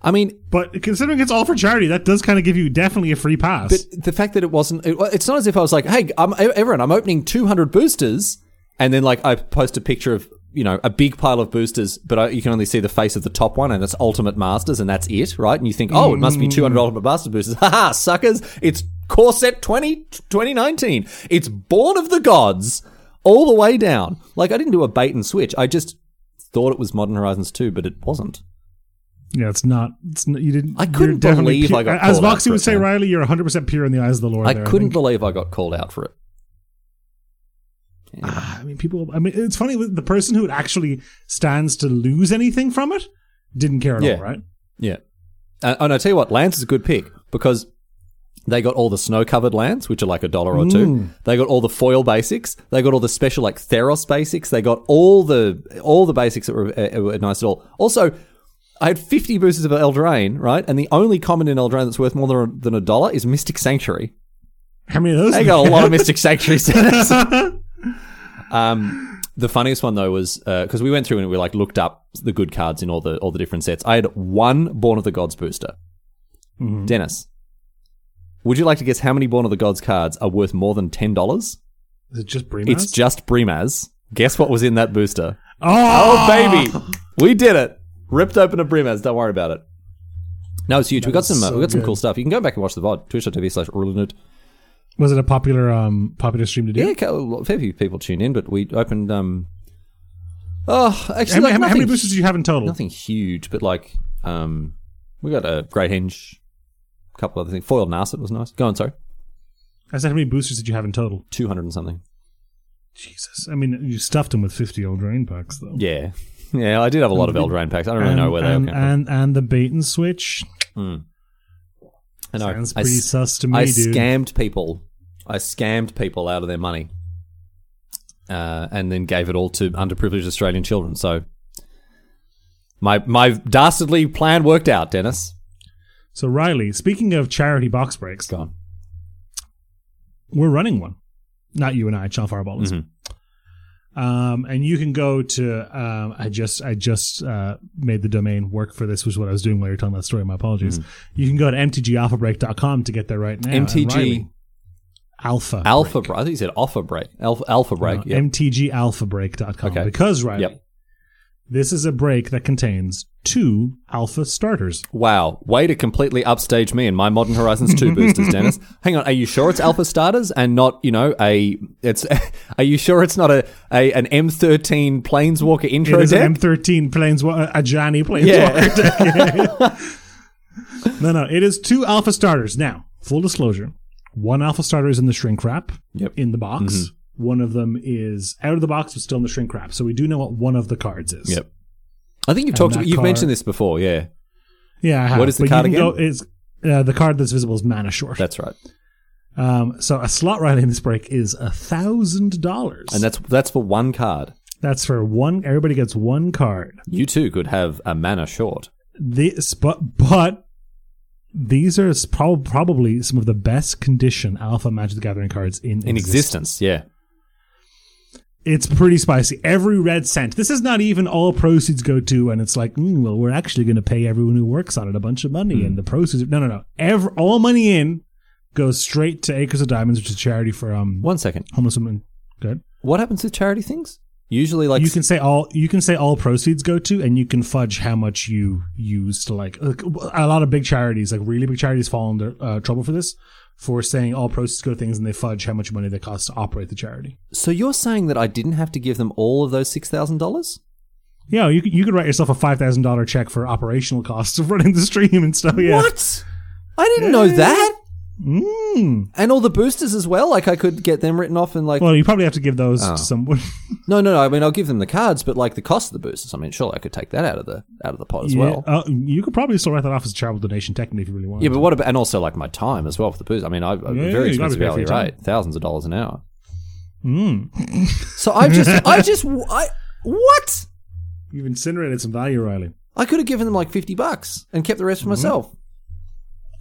[SPEAKER 1] I mean,
[SPEAKER 2] But considering it's all for charity, that does kind of give you definitely a free pass.
[SPEAKER 1] But the fact that it wasn't, it, it's not as if I was like, hey, I'm, e, everyone, I'm opening 200 boosters. And then, like, I post a picture of, you know, a big pile of boosters, but I, you can only see the face of the top one, and it's Ultimate Masters, and that's it, right? And you think, oh, it must be 200
[SPEAKER 2] Mm.
[SPEAKER 1] Ultimate Masters boosters. <laughs> Haha, suckers. It's Corset 20, 2019. It's Born of the Gods all the way down. Like, I didn't do a bait and switch. I just thought it was Modern Horizons 2, but it wasn't.
[SPEAKER 2] yeah, it's not. It's not you didn't.
[SPEAKER 1] I
[SPEAKER 2] you're
[SPEAKER 1] couldn't
[SPEAKER 2] definitely
[SPEAKER 1] believe
[SPEAKER 2] pu-
[SPEAKER 1] I got
[SPEAKER 2] As
[SPEAKER 1] called out
[SPEAKER 2] Voxy
[SPEAKER 1] for
[SPEAKER 2] would
[SPEAKER 1] it,
[SPEAKER 2] say,
[SPEAKER 1] man.
[SPEAKER 2] Riley, you're 100 percent pure in the eyes of the Lord.
[SPEAKER 1] I
[SPEAKER 2] there,
[SPEAKER 1] couldn't
[SPEAKER 2] think.
[SPEAKER 1] believe I got called out for it.
[SPEAKER 2] I mean, people. I mean, it's funny. The person who actually stands to lose anything from it didn't care at
[SPEAKER 1] Yeah.
[SPEAKER 2] all, right?
[SPEAKER 1] Yeah. Uh, and I tell you what, Lance is a good pick because they got all the snow covered lands, which are like a dollar or two. They got all the foil basics. They got all the special like Theros basics. They got all the all the basics that were, uh, were nice at all. Also, I had fifty boosters of Eldraine, right? And the only common in Eldraine that's worth more than, than a dollar is Mystic Sanctuary.
[SPEAKER 2] How many of those?
[SPEAKER 1] They got a lot of Mystic Sanctuary <laughs> sets. um, the funniest one though was because we went through and we like looked up the good cards in all the all the different sets. I had one Born of the Gods booster.
[SPEAKER 2] Mm-hmm.
[SPEAKER 1] Dennis, would you like to guess how many Born of the Gods cards are worth more than ten dollars?
[SPEAKER 2] <laughs> Is it just Bremaz?
[SPEAKER 1] It's just Brimaz. Guess what was in that
[SPEAKER 2] <laughs>
[SPEAKER 1] booster?
[SPEAKER 2] oh,
[SPEAKER 1] Oh baby, we did it! Ripped open a Brimaz. Don't worry about it. No, it's huge. we got some. uh,
[SPEAKER 2] so
[SPEAKER 1] we got some
[SPEAKER 2] good.
[SPEAKER 1] cool stuff. You can go back and watch the VOD. Twitch.tv slash Rulinut.
[SPEAKER 2] Was it a popular um popular stream to do?
[SPEAKER 1] Yeah, a lot- fair few people tuned in, but we opened. um Oh, actually,
[SPEAKER 2] How, many-
[SPEAKER 1] like
[SPEAKER 2] how many- how
[SPEAKER 1] nothing,
[SPEAKER 2] many boosters do you have in total?
[SPEAKER 1] nothing huge, but like um we got a Great Hinge, a couple other things. Foiled Narset was nice. Go on, sorry,
[SPEAKER 2] I said, how many boosters did you have in total?
[SPEAKER 1] two hundred and something.
[SPEAKER 2] Jesus, I mean, you stuffed them with fifty old rain packs though.
[SPEAKER 1] Yeah, yeah, I did have a lot of Eldraine packs. I don't really know where they
[SPEAKER 2] and,
[SPEAKER 1] all came
[SPEAKER 2] and and the bait and switch
[SPEAKER 1] from. I know.
[SPEAKER 2] sounds
[SPEAKER 1] I
[SPEAKER 2] pretty
[SPEAKER 1] s-
[SPEAKER 2] sus to me,
[SPEAKER 1] I
[SPEAKER 2] dude.
[SPEAKER 1] scammed people. I scammed people out of their money, uh, and then gave it all to underprivileged Australian children. So my my dastardly plan worked out, Dennis.
[SPEAKER 2] So Riley, speaking of charity box breaks,
[SPEAKER 1] Go on.
[SPEAKER 2] we're running one. Not you and I, Sean Fireball
[SPEAKER 1] Mm-hmm.
[SPEAKER 2] is. Um, and you can go to um, I just I just uh, made the domain work for this, which is what I was doing while you were telling that story. My apologies.
[SPEAKER 1] Mm-hmm.
[SPEAKER 2] You can go to mtgalphabreak.com to get there right now. And
[SPEAKER 1] MTG
[SPEAKER 2] Riley, Alpha
[SPEAKER 1] Alpha break. I think you said Alpha break. Alpha Alpha break. yeah.
[SPEAKER 2] mtgalphabreak.com
[SPEAKER 1] Okay.
[SPEAKER 2] because Riley,
[SPEAKER 1] Yep.
[SPEAKER 2] this is a break that contains two alpha starters.
[SPEAKER 1] Wow, way to completely upstage me and my Modern Horizons
[SPEAKER 2] <laughs>
[SPEAKER 1] 2 boosters, Dennis. Hang on, are you sure it's Alpha Starters and not, you know, a it's <laughs> are you sure it's not a, a an M13 Planeswalker
[SPEAKER 2] It
[SPEAKER 1] intro
[SPEAKER 2] is
[SPEAKER 1] deck?
[SPEAKER 2] an M13 planeswalker, uh, a Johnny planeswalker.
[SPEAKER 1] Yeah. <laughs>
[SPEAKER 2] <laughs> No, no, it is two alpha starters. Now, full disclosure one alpha starter is in the shrink wrap
[SPEAKER 1] Yep.
[SPEAKER 2] in the box,
[SPEAKER 1] Mm-hmm.
[SPEAKER 2] one of them is out of the box but still in the shrink wrap. So we do know what one of the cards is.
[SPEAKER 1] Yep. I think you've talked
[SPEAKER 2] that
[SPEAKER 1] you've
[SPEAKER 2] card-
[SPEAKER 1] mentioned this before, yeah.
[SPEAKER 2] Yeah, I have.
[SPEAKER 1] What is the
[SPEAKER 2] But
[SPEAKER 1] card
[SPEAKER 2] you can
[SPEAKER 1] again?
[SPEAKER 2] Go, it's, uh, the card that's visible is mana short.
[SPEAKER 1] That's right.
[SPEAKER 2] um, so a slot right in this break is a thousand dollars,
[SPEAKER 1] And that's that's for one card.
[SPEAKER 2] that's for one. Everybody gets one card.
[SPEAKER 1] You too could have a mana short.
[SPEAKER 2] This, but but these are s- prob- probably some of the best condition Alpha Magic the Gathering cards in
[SPEAKER 1] in existence.
[SPEAKER 2] existence.
[SPEAKER 1] Yeah.
[SPEAKER 2] It's pretty spicy. Every red cent. This is not even all proceeds go to, and it's like, mm, well, we're actually going to pay everyone who works on it a bunch of money, and the proceeds. No, no, no. Every, all money in goes straight to Acres of Diamonds, which is charity for um
[SPEAKER 1] One second.
[SPEAKER 2] homeless women. Good.
[SPEAKER 1] What happens with charity things? Usually, like
[SPEAKER 2] you can say all you can say all proceeds go to, and you can fudge how much you use to like, like a lot of big charities, like really big charities, fall under uh, trouble for this for saying all proceeds go to things, and they fudge how much money they cost to operate the charity.
[SPEAKER 1] So you're saying that I didn't have to give them all of those six thousand dollars?
[SPEAKER 2] Yeah, you could, you could write yourself a five thousand dollar check for operational costs of <laughs> running the stream and stuff. Yeah.
[SPEAKER 1] What? I didn't know that.
[SPEAKER 2] Mm.
[SPEAKER 1] And all the boosters as well. Like I could get them written off and like
[SPEAKER 2] Well, you probably have to give those
[SPEAKER 1] Oh.
[SPEAKER 2] to someone.
[SPEAKER 1] no, no, no. I mean, I'll give them the cards, but like the cost of the boosters. I mean, surely I could take that out of the out of the pot as well.
[SPEAKER 2] Yeah, uh, you could probably still write that off as a charitable donation, technically, if you really want.
[SPEAKER 1] Yeah, but what about and also like my time as well for the booze? I mean, I, I'm
[SPEAKER 2] Yeah,
[SPEAKER 1] very
[SPEAKER 2] you gotta
[SPEAKER 1] expensive
[SPEAKER 2] pay for
[SPEAKER 1] hourly
[SPEAKER 2] your Hmm. time.
[SPEAKER 1] rate, thousands of dollars an hour. so I
[SPEAKER 2] <laughs>
[SPEAKER 1] just, I just, I what?
[SPEAKER 2] You've incinerated some value, Riley.
[SPEAKER 1] I could have given them like fifty bucks and kept the rest for
[SPEAKER 2] Mm-hmm.
[SPEAKER 1] myself.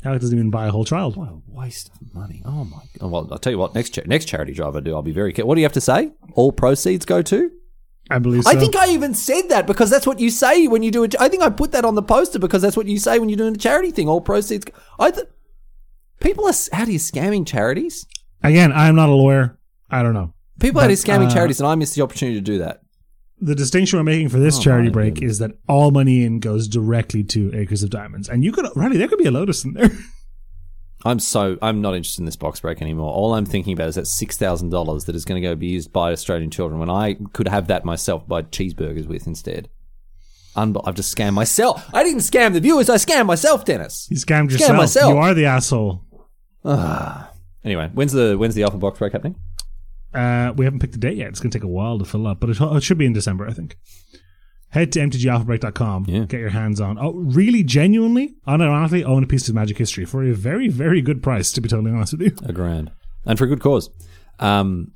[SPEAKER 2] Alec doesn't even buy a whole child.
[SPEAKER 1] What a waste of money! Oh my! God. Well, I'll tell you what. Next cha- next charity drive I do, I'll be very careful. What do you have to say? All proceeds go to.
[SPEAKER 2] I believe. So.
[SPEAKER 1] I think I even said that because that's what you say when you do it. I think I put that on the poster because that's what you say when you're doing a charity thing. All proceeds. Go- I th- people are s- out here scamming charities.
[SPEAKER 2] Again, I am not a lawyer. I don't know.
[SPEAKER 1] People out here scamming
[SPEAKER 2] uh,
[SPEAKER 1] charities, and I missed the opportunity to do that.
[SPEAKER 2] The distinction we're making for this
[SPEAKER 1] Oh,
[SPEAKER 2] charity
[SPEAKER 1] my
[SPEAKER 2] break
[SPEAKER 1] goodness.
[SPEAKER 2] is that all money in goes directly to Acres of Diamonds, and you could, Riley, there could be a lotus in there. <laughs>
[SPEAKER 1] I'm so I'm not interested in this box break anymore. All I'm thinking about is that six thousand dollars that is going to go be used by Australian children when I could have that myself buy cheeseburgers with instead. Unbe- I've just scammed myself. I didn't scam the viewers. I scammed myself, Dennis.
[SPEAKER 2] You scammed yourself.
[SPEAKER 1] myself.
[SPEAKER 2] You are the asshole.
[SPEAKER 1] Ah. Anyway, when's the when's the alpha box break happening?
[SPEAKER 2] Uh, we haven't picked a date yet. It's going to take a while to fill up, but it, it should be in December, I think. Head to mtgalphabreak.com.
[SPEAKER 1] Yeah.
[SPEAKER 2] Get your hands on. Oh, really, genuinely, unironically, own a piece of magic history for a very, very good price, to be totally honest with you.
[SPEAKER 1] A grand, and for a good cause. Um,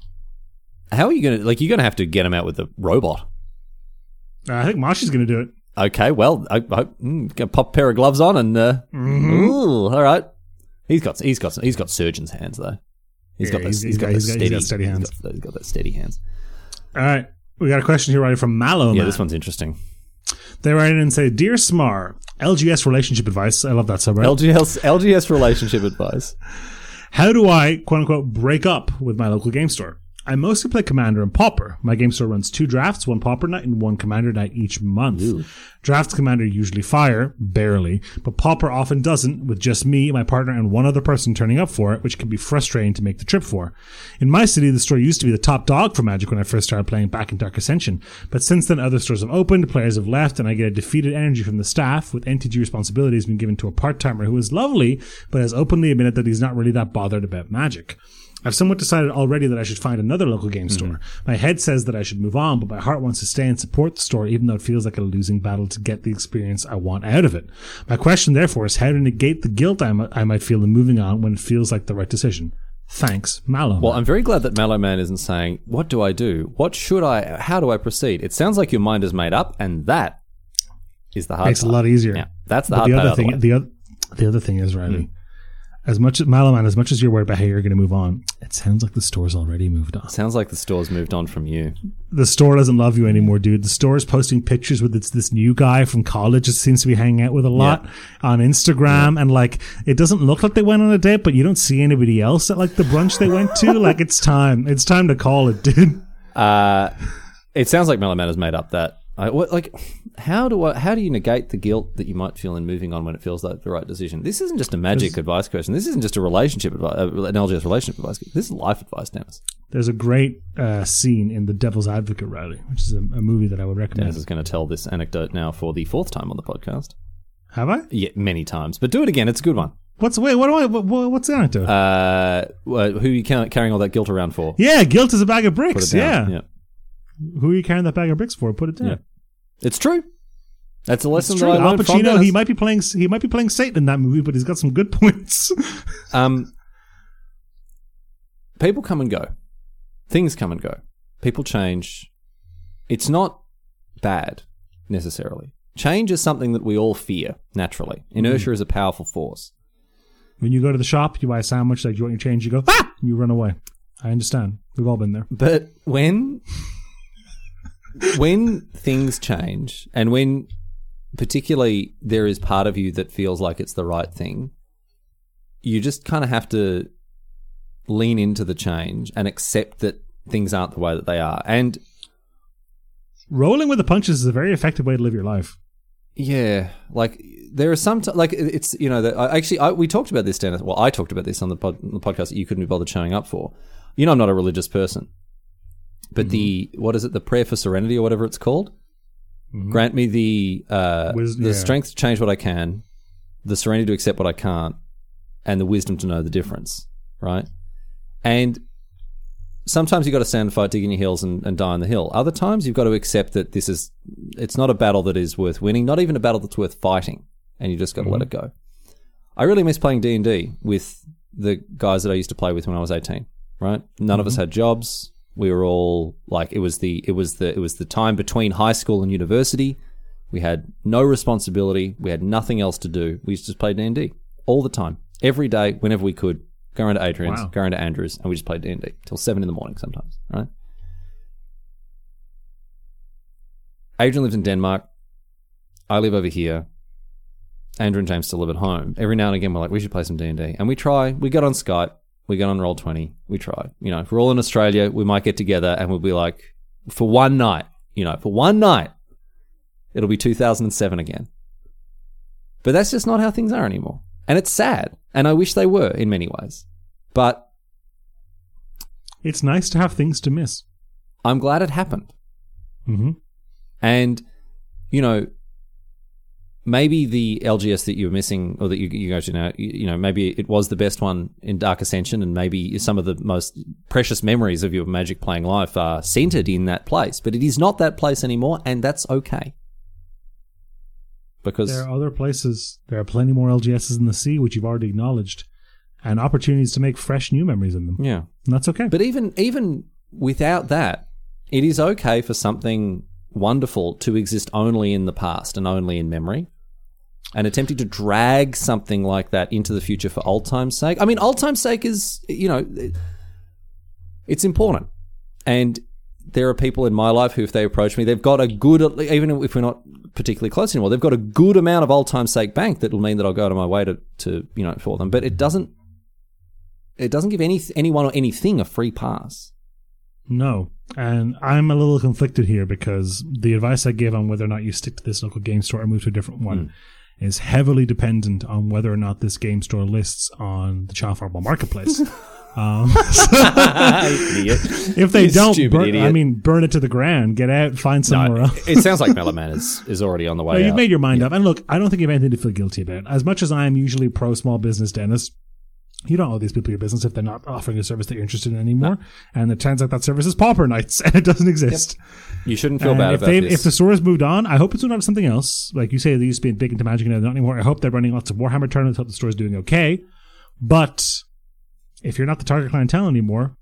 [SPEAKER 1] how are you gonna like? You're gonna have to get them out with the robot.
[SPEAKER 2] Uh, I think Marshy's going to do it.
[SPEAKER 1] Okay, well, I, I mm, gonna pop a pair of gloves on and uh,
[SPEAKER 2] Mm-hmm.
[SPEAKER 1] ooh, all right. He's got he's got he's got surgeon's hands though. He's got
[SPEAKER 2] Yeah,
[SPEAKER 1] those,
[SPEAKER 2] he's- he's
[SPEAKER 1] got
[SPEAKER 2] got-
[SPEAKER 1] those
[SPEAKER 2] he's got-
[SPEAKER 1] steady,
[SPEAKER 2] he's got steady hands.
[SPEAKER 1] He's got, he's got those steady hands.
[SPEAKER 2] All right. We got a question here, right from Mallow.
[SPEAKER 1] Yeah,
[SPEAKER 2] Man.
[SPEAKER 1] this one's interesting.
[SPEAKER 2] They write in and say, Dear Smar, LGS relationship advice. I love that subreddit.
[SPEAKER 1] LGS LGS <laughs> relationship advice.
[SPEAKER 2] How do I, quote unquote, break up with my local game store? I mostly play Commander and Pauper. My game store runs two drafts, one Pauper night and one Commander night each month. Drafts Commander usually fire, barely, but Pauper often doesn't, with just me, my partner, and one other person turning up for it, which can be frustrating to make the trip for. In my city, the store used to be the top dog for Magic when I first started playing back in Dark Ascension, but since then other stores have opened, players have left, and I get a defeated energy from the staff, with NTG responsibilities being given to a part-timer who is lovely, but has openly admitted that he's not really that bothered about Magic. I've somewhat decided already that I should find another local game store.
[SPEAKER 1] Mm-hmm.
[SPEAKER 2] My head says that I should move on, but my heart wants to stay and support the store, even though it feels like a losing battle to get the experience I want out of it. My question, therefore, is how to negate the guilt I mi- I might feel in moving on when it feels like the right decision. Thanks, Mallow.
[SPEAKER 1] Well, I'm very glad that Mallow Man isn't saying, "What do I do? What should I? How do I proceed?" It sounds like your mind is made up, and that is the hard.
[SPEAKER 2] Makes it a
[SPEAKER 1] part.
[SPEAKER 2] lot easier.
[SPEAKER 1] Yeah, that's the
[SPEAKER 2] But
[SPEAKER 1] hard
[SPEAKER 2] the
[SPEAKER 1] part.
[SPEAKER 2] other
[SPEAKER 1] out of the way.
[SPEAKER 2] thing, the other, the other thing is Riley. As much as Malaman, as much as you're worried about how you're going to move on, it sounds like the store's already moved on.
[SPEAKER 1] Sounds like the store's moved on from you.
[SPEAKER 2] The store doesn't love you anymore, dude. The store is posting pictures with this, this new guy from college that seems to be hanging out with a lot on Instagram, and like it doesn't look like they went on a date, but you don't see anybody else at like the brunch they went <laughs> to. like it's time, it's time to call it, dude.
[SPEAKER 1] Uh, It sounds like Mellow Man has made up that. I, what, like, how do I, how do you negate the guilt that you might feel in moving on when it feels like the right decision? This isn't just a magic advice question. This isn't just a relationship advice, uh, an LGS relationship advice. This is life advice, Dennis.
[SPEAKER 2] There's a great uh, scene in The Devil's Advocate, Riley, which is a, a movie that I would recommend.
[SPEAKER 1] Dennis is going to tell this anecdote now for the fourth time on the podcast.
[SPEAKER 2] Have I?
[SPEAKER 1] Yeah, many times, but do it again. It's a good one.
[SPEAKER 2] What's wait? What do I? What, what- what's the anecdote?
[SPEAKER 1] Uh, wh- who are you ca- carrying all that guilt around for?
[SPEAKER 2] Yeah, guilt is a bag of
[SPEAKER 1] Put it
[SPEAKER 2] bricks. Yeah.
[SPEAKER 1] down. yeah,
[SPEAKER 2] Who are you carrying that bag of bricks for? Put it down.
[SPEAKER 1] Yeah. it's true. That's a lesson
[SPEAKER 2] It's true.
[SPEAKER 1] that I
[SPEAKER 2] Al
[SPEAKER 1] learned from
[SPEAKER 2] Pacino,
[SPEAKER 1] Dennis.
[SPEAKER 2] he might be playing he might be playing Satan in that movie, but he's got some good <laughs> points.
[SPEAKER 1] Um, people come and go. Things come and go. People change. It's not bad necessarily. Change is something that we all fear naturally. Inertia is a powerful force.
[SPEAKER 2] When you go to the shop, you buy a sandwich, like you want your change, you go, ah! and you run away. I understand. We've all been there.
[SPEAKER 1] But when when things change and when particularly there is part of you that feels like it's the right thing, you just kind of have to lean into the change and accept that things aren't the way that they are. And
[SPEAKER 2] Rolling with the punches is a very effective way to live your life.
[SPEAKER 1] yeah, like there are some t- like it- it's you know that I, actually I, we talked about this Dennis. Well, I talked about this on the, pod, on the podcast that you couldn't be bothered showing up for. You know, I'm not a religious person, but the
[SPEAKER 2] Mm-hmm.
[SPEAKER 1] what is it? The prayer for serenity or whatever it's called. Grant me the uh,
[SPEAKER 2] Wis-
[SPEAKER 1] the
[SPEAKER 2] yeah.
[SPEAKER 1] strength to change what I can, the serenity to accept what I can't, and the wisdom to know the difference. Right, and sometimes you've got to stand and fight, dig in your heels, and, and die on the hill. Other times you've got to accept that this is it's not a battle that is worth winning, not even a battle that's worth fighting, and you just got to let it go. I really miss playing D and D with the guys that I used to play with when I was eighteen. Right, none of us had jobs. We were all like it was the it was the it was the time between high school and university. We had no responsibility. We had nothing else to do. We used to just play D and D all the time, every day, whenever we could. Go around to Adrian's,
[SPEAKER 2] Wow.
[SPEAKER 1] go around to Andrew's, and we just played D and D till seven in the morning sometimes. Right. Adrian lives in Denmark. I live over here. Andrew and James still live at home. Every now and again, we're like, we should play some D and D, and we try. We get on Skype. We get on Roll Twenty. We try. You know, if we're all in Australia, we might get together and we'll be like, for one night. You know, for one night, it'll be 2007 again. But that's just not how things are anymore, and it's sad. And I wish they were in many ways, but
[SPEAKER 2] It's nice to have things to miss.
[SPEAKER 1] I'm glad it happened.
[SPEAKER 2] Mm-hmm.
[SPEAKER 1] And, you know, maybe the LGS that you're missing or that you, you go to now, you, you know, maybe it was the best one in Dark Ascension, and maybe some of the most precious memories of your Magic playing life are centered in that place. But it is not that place anymore, and that's okay. Because
[SPEAKER 2] There are other places. There are plenty more LGSs in the sea, which you've already acknowledged, and opportunities to make fresh new memories in them.
[SPEAKER 1] yeah,
[SPEAKER 2] And that's okay.
[SPEAKER 1] But even even without that, it is okay for something wonderful to exist only in the past and only in memory. And attempting to drag something like that into the future for old time's sake. I mean, old time's sake is you know, it- it's important. And there are people in my life who, if they approach me, they've got a good, even if we're not particularly close anymore, they've got a good amount of old time's sake bank that will mean that I'll go out of my way to, to you know, for them. But it doesn't it doesn't give any anyone or anything a free pass.
[SPEAKER 2] No. And I'm a little conflicted here because the advice I give on whether or not you stick to this local game store or move to a different one
[SPEAKER 1] Hmm.
[SPEAKER 2] is heavily dependent on whether or not this game store lists on the child farmable marketplace. um, <laughs> if they
[SPEAKER 1] You
[SPEAKER 2] don't,
[SPEAKER 1] stupid
[SPEAKER 2] burn, I
[SPEAKER 1] idiot.
[SPEAKER 2] mean, burn it to the ground, get out, find somewhere
[SPEAKER 1] <laughs>
[SPEAKER 2] else.
[SPEAKER 1] it sounds like Mellow Man is, is already on the way
[SPEAKER 2] No,
[SPEAKER 1] out.
[SPEAKER 2] you've made your mind up. And look, I don't think you have anything to feel guilty about. As much as I am usually pro small business dentist, you don't owe these people your business if they're not offering a service that you're interested in anymore. And it turns out that service is pauper nights <laughs> and it doesn't exist.
[SPEAKER 1] you shouldn't feel
[SPEAKER 2] And
[SPEAKER 1] bad
[SPEAKER 2] if
[SPEAKER 1] about
[SPEAKER 2] they
[SPEAKER 1] this.
[SPEAKER 2] if the store has moved on, I hope it's moved on to something else. Like you say, they used to be big into Magic and they're not anymore. I hope they're running lots of Warhammer tournaments. Hope the store's doing okay. But if you're not the target clientele anymore,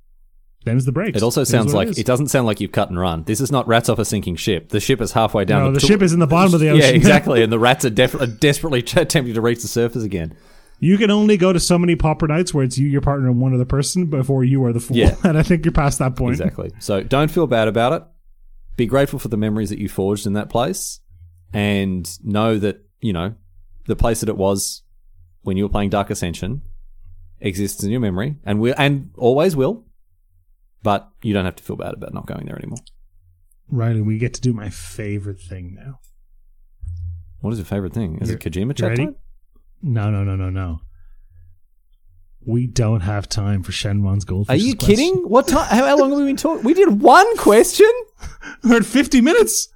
[SPEAKER 2] them's the breaks.
[SPEAKER 1] it also
[SPEAKER 2] It is
[SPEAKER 1] sounds
[SPEAKER 2] what
[SPEAKER 1] like
[SPEAKER 2] is.
[SPEAKER 1] it, doesn't sound like you've cut and run. This is not rats off a sinking ship. The ship is halfway down.
[SPEAKER 2] No, the
[SPEAKER 1] to-
[SPEAKER 2] ship is in the bottom of the
[SPEAKER 1] <laughs> Yeah,
[SPEAKER 2] ocean.
[SPEAKER 1] exactly. And the rats are, def- are desperately <laughs> attempting to reach the surface again.
[SPEAKER 2] <laughs> You can only go to so many pauper nights where it's you, your partner, and one other person before you are the fool.
[SPEAKER 1] Yeah.
[SPEAKER 2] <laughs> and I think you're past that point.
[SPEAKER 1] Exactly. So don't feel bad about it. Be grateful for the memories that you forged in that place, and know that you know the place that it was when you were playing Dark Ascension exists in your memory, and will and always will. But you don't have to feel bad about not going there anymore.
[SPEAKER 2] Riley, we get to do my favorite thing now.
[SPEAKER 1] What is your favorite thing? Is it Kojima
[SPEAKER 2] You
[SPEAKER 1] chat
[SPEAKER 2] ready?
[SPEAKER 1] time?
[SPEAKER 2] No, no, no, no, no. We don't have time for Shenron's
[SPEAKER 1] Are
[SPEAKER 2] goldfish.
[SPEAKER 1] you kidding? What time? How, how long have we been talking? We did one question.
[SPEAKER 2] We're at 50 minutes.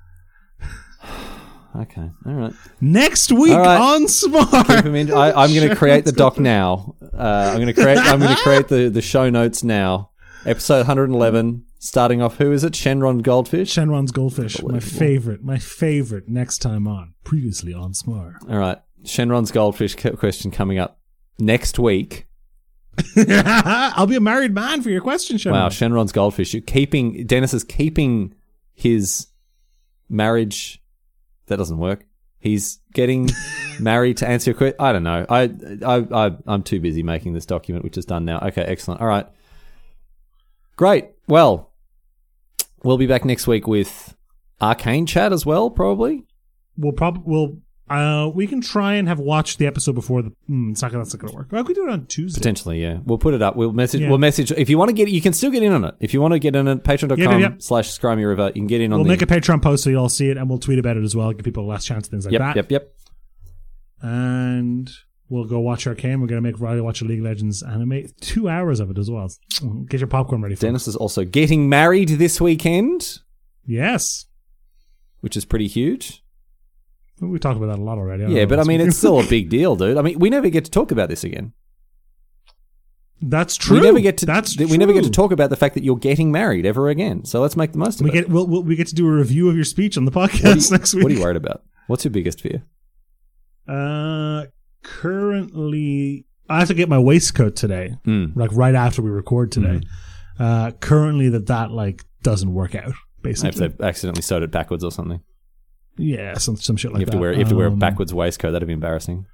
[SPEAKER 1] Okay, all right.
[SPEAKER 2] Next week
[SPEAKER 1] All right.
[SPEAKER 2] on
[SPEAKER 1] Keep
[SPEAKER 2] Smart.
[SPEAKER 1] 'em in- I, I'm going to create the doc now. Uh, I'm going to create. I'm going to create the, the show notes now. Episode 111, starting off. Who is it? Shenron Goldfish.
[SPEAKER 2] Shenron's goldfish, my favorite, my favorite. Next time on, previously on <laughs> Smart.
[SPEAKER 1] All right, Shenron's Goldfish co- question coming up next week.
[SPEAKER 2] I'll be a married man for your question, Shenron.
[SPEAKER 1] Wow, Shenron's Goldfish. You're keeping Dennis is keeping his marriage. That doesn't work. He's
[SPEAKER 2] <laughs>
[SPEAKER 1] getting married to answer your question. I don't know. I, I, I, I'm too busy making this document, which is done now. Okay, excellent. All right. Great. Well, we'll be back next week with arcane chat as well, probably.
[SPEAKER 2] We'll probably we'll uh we can try and have watched the episode before the. Mm, it's not gonna. That's not gonna work. Like we do it on Tuesday.
[SPEAKER 1] Potentially, yeah. We'll put it up. We'll message.
[SPEAKER 2] Yeah.
[SPEAKER 1] We'll message. If you want to get, you can still get in on it. If you want to get in at patreon.com
[SPEAKER 2] Yeah, yeah, yeah.
[SPEAKER 1] slash Scrimy River, you can get in on
[SPEAKER 2] We'll
[SPEAKER 1] the.
[SPEAKER 2] make a Patreon post so you all see it, and we'll tweet about it as well. Give people a last chance, things like
[SPEAKER 1] yep,
[SPEAKER 2] that.
[SPEAKER 1] yep, yep.
[SPEAKER 2] And we'll go watch Arcane. We're gonna make Riley watch a League of Legends anime. Two hours of it as well. Get your popcorn ready. For
[SPEAKER 1] Dennis is also getting married this weekend,
[SPEAKER 2] Yes.
[SPEAKER 1] which is pretty huge.
[SPEAKER 2] We talked about that a lot already. don't
[SPEAKER 1] Yeah,
[SPEAKER 2] know
[SPEAKER 1] but I
[SPEAKER 2] what's-
[SPEAKER 1] mean, it's still a big deal, dude. I mean, we never get to talk about this again.
[SPEAKER 2] <laughs> that's true.
[SPEAKER 1] We never get to
[SPEAKER 2] that's
[SPEAKER 1] th- we never get to
[SPEAKER 2] true.
[SPEAKER 1] talk about the fact that you're getting married ever again. So let's make the most of
[SPEAKER 2] We
[SPEAKER 1] it.
[SPEAKER 2] get we'll, we'll, we get to do a review of your speech on the
[SPEAKER 1] what, are
[SPEAKER 2] podcast <laughs>
[SPEAKER 1] you,
[SPEAKER 2] next week.
[SPEAKER 1] what are you worried about? What's your biggest fear?
[SPEAKER 2] Uh, currently, I have to get my waistcoat today,
[SPEAKER 1] Hmm.
[SPEAKER 2] like right after we record today. Uh, currently, that that like doesn't work out.
[SPEAKER 1] If
[SPEAKER 2] <laughs> Basically,
[SPEAKER 1] they accidentally sewed it backwards or something,
[SPEAKER 2] yeah, some some shit like
[SPEAKER 1] you have
[SPEAKER 2] that.
[SPEAKER 1] to wear you have to wear a
[SPEAKER 2] Um,
[SPEAKER 1] backwards waistcoat. That'd be embarrassing.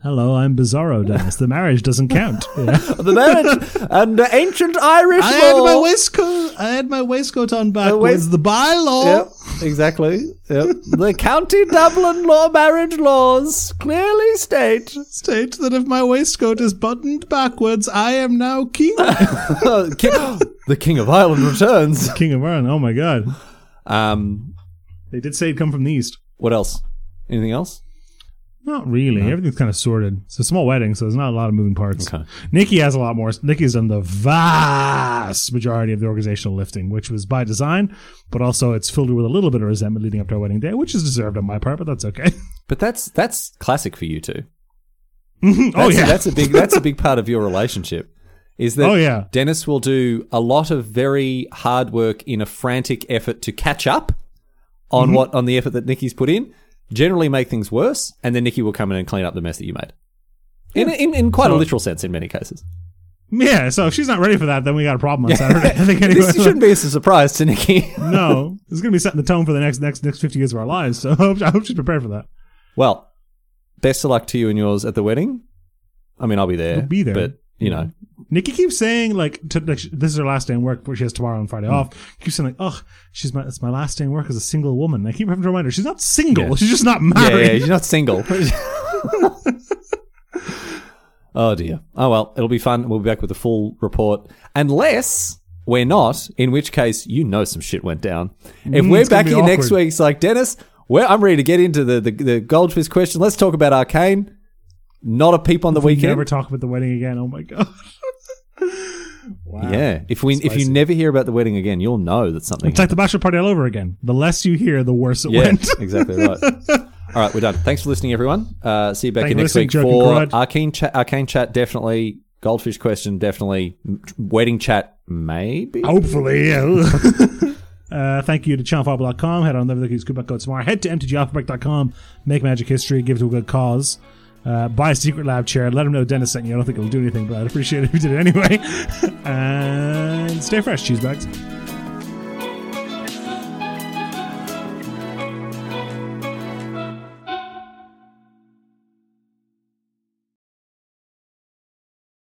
[SPEAKER 2] Hello, I'm Bizarro Dennis. The marriage
[SPEAKER 1] <laughs>
[SPEAKER 2] doesn't count. Yeah.
[SPEAKER 1] <laughs> the marriage and the ancient Irish
[SPEAKER 2] I had my waistcoat. I had my waistcoat on backwards. The bylaw.
[SPEAKER 1] exactly. Yep. the County Dublin law marriage laws clearly state
[SPEAKER 2] State that if my waistcoat is buttoned backwards, I am now
[SPEAKER 1] <laughs> <gasps>
[SPEAKER 2] king.
[SPEAKER 1] the King of Ireland returns.
[SPEAKER 2] <laughs> king of Ireland. Oh my god!
[SPEAKER 1] Um,
[SPEAKER 2] They did say it come from the east.
[SPEAKER 1] what else? Anything else?
[SPEAKER 2] Not really. Everything's kind of sorted. It's a small wedding, so there's not a lot of moving parts.
[SPEAKER 1] Okay.
[SPEAKER 2] Nikki has a lot more. Nikki's done the vast majority of the organizational lifting, which was by design, but also it's filled her with a little bit of resentment leading up to our wedding day, which is deserved on my part, but that's okay. <laughs>
[SPEAKER 1] But that's that's classic for you two.
[SPEAKER 2] oh
[SPEAKER 1] That's-
[SPEAKER 2] yeah,
[SPEAKER 1] that's a big that's a big part of your relationship. Is that
[SPEAKER 2] Oh, yeah.
[SPEAKER 1] Dennis will do a lot of very hard work in a frantic effort to catch up on
[SPEAKER 2] Mm-hmm.
[SPEAKER 1] what on the effort that Nikki's put in, generally make things worse, and then Nikki will come in and clean up the mess that you made. In, in, in quite a
[SPEAKER 2] So-
[SPEAKER 1] literal sense, in many cases.
[SPEAKER 2] yeah. So if she's not ready for that, then we got a problem on Saturday. I think <laughs>
[SPEAKER 1] <laughs>
[SPEAKER 2] anyway.
[SPEAKER 1] This shouldn't be a surprise to Nikki. <laughs>
[SPEAKER 2] no, this is gonna be setting the tone for the next next next fifty years of our lives. So I hope, I hope she's prepared for that.
[SPEAKER 1] well, best of luck to you and yours at the wedding. I mean, I'll be there.
[SPEAKER 2] You'll be there.
[SPEAKER 1] But, you
[SPEAKER 2] <laughs>
[SPEAKER 1] know,
[SPEAKER 2] Nikki keeps saying like, to, like sh- this is her last day in work, but she has tomorrow and
[SPEAKER 1] Hmm.
[SPEAKER 2] Friday off. Keeps saying like, oh, she's my it's my last day in work as a single woman. I keep having to remind her she's not single.
[SPEAKER 1] Yeah.
[SPEAKER 2] She's just not
[SPEAKER 1] yeah, yeah,
[SPEAKER 2] married.
[SPEAKER 1] you're not single. <laughs> oh dear. Oh well, it'll be fun. We'll be back with a full report, unless we're not. In which case, you know, some shit went down. If
[SPEAKER 2] Mm,
[SPEAKER 1] we're
[SPEAKER 2] it's gonna
[SPEAKER 1] back
[SPEAKER 2] be
[SPEAKER 1] here next
[SPEAKER 2] awkward.
[SPEAKER 1] week, it's like Dennis. Well, I'm ready to get into the the, the goldfish question. Let's talk about Arcane. Not a peep on the
[SPEAKER 2] We
[SPEAKER 1] weekend.
[SPEAKER 2] never talk about the wedding again. Oh my god. wow.
[SPEAKER 1] yeah. If we if you never hear about the wedding again, you'll know that something.
[SPEAKER 2] It's like the bachelor party all over again. The less you hear, the worse it
[SPEAKER 1] Yeah,
[SPEAKER 2] went.
[SPEAKER 1] exactly right.
[SPEAKER 2] <laughs>
[SPEAKER 1] All right, we're done. Thanks for listening, everyone. Uh, see you back
[SPEAKER 2] Thank
[SPEAKER 1] here
[SPEAKER 2] you
[SPEAKER 1] next
[SPEAKER 2] for
[SPEAKER 1] week
[SPEAKER 2] listening, Joke
[SPEAKER 1] for
[SPEAKER 2] and Grudge.
[SPEAKER 1] arcane chat. Arcane chat, definitely. Goldfish question, definitely. M- Wedding chat, maybe.
[SPEAKER 2] Hopefully, yeah. <laughs> Uh, thank you to channelfireball.com. Head on over there. Use coupon code tomorrow. Head to mtgalphabet.com. Make magic history. Give it to a good cause. Uh, buy a secret lab chair. Let them know Dennis <laughs> sent you. I don't think it'll do anything, but I'd appreciate it if you did it anyway. and stay fresh, cheese bags.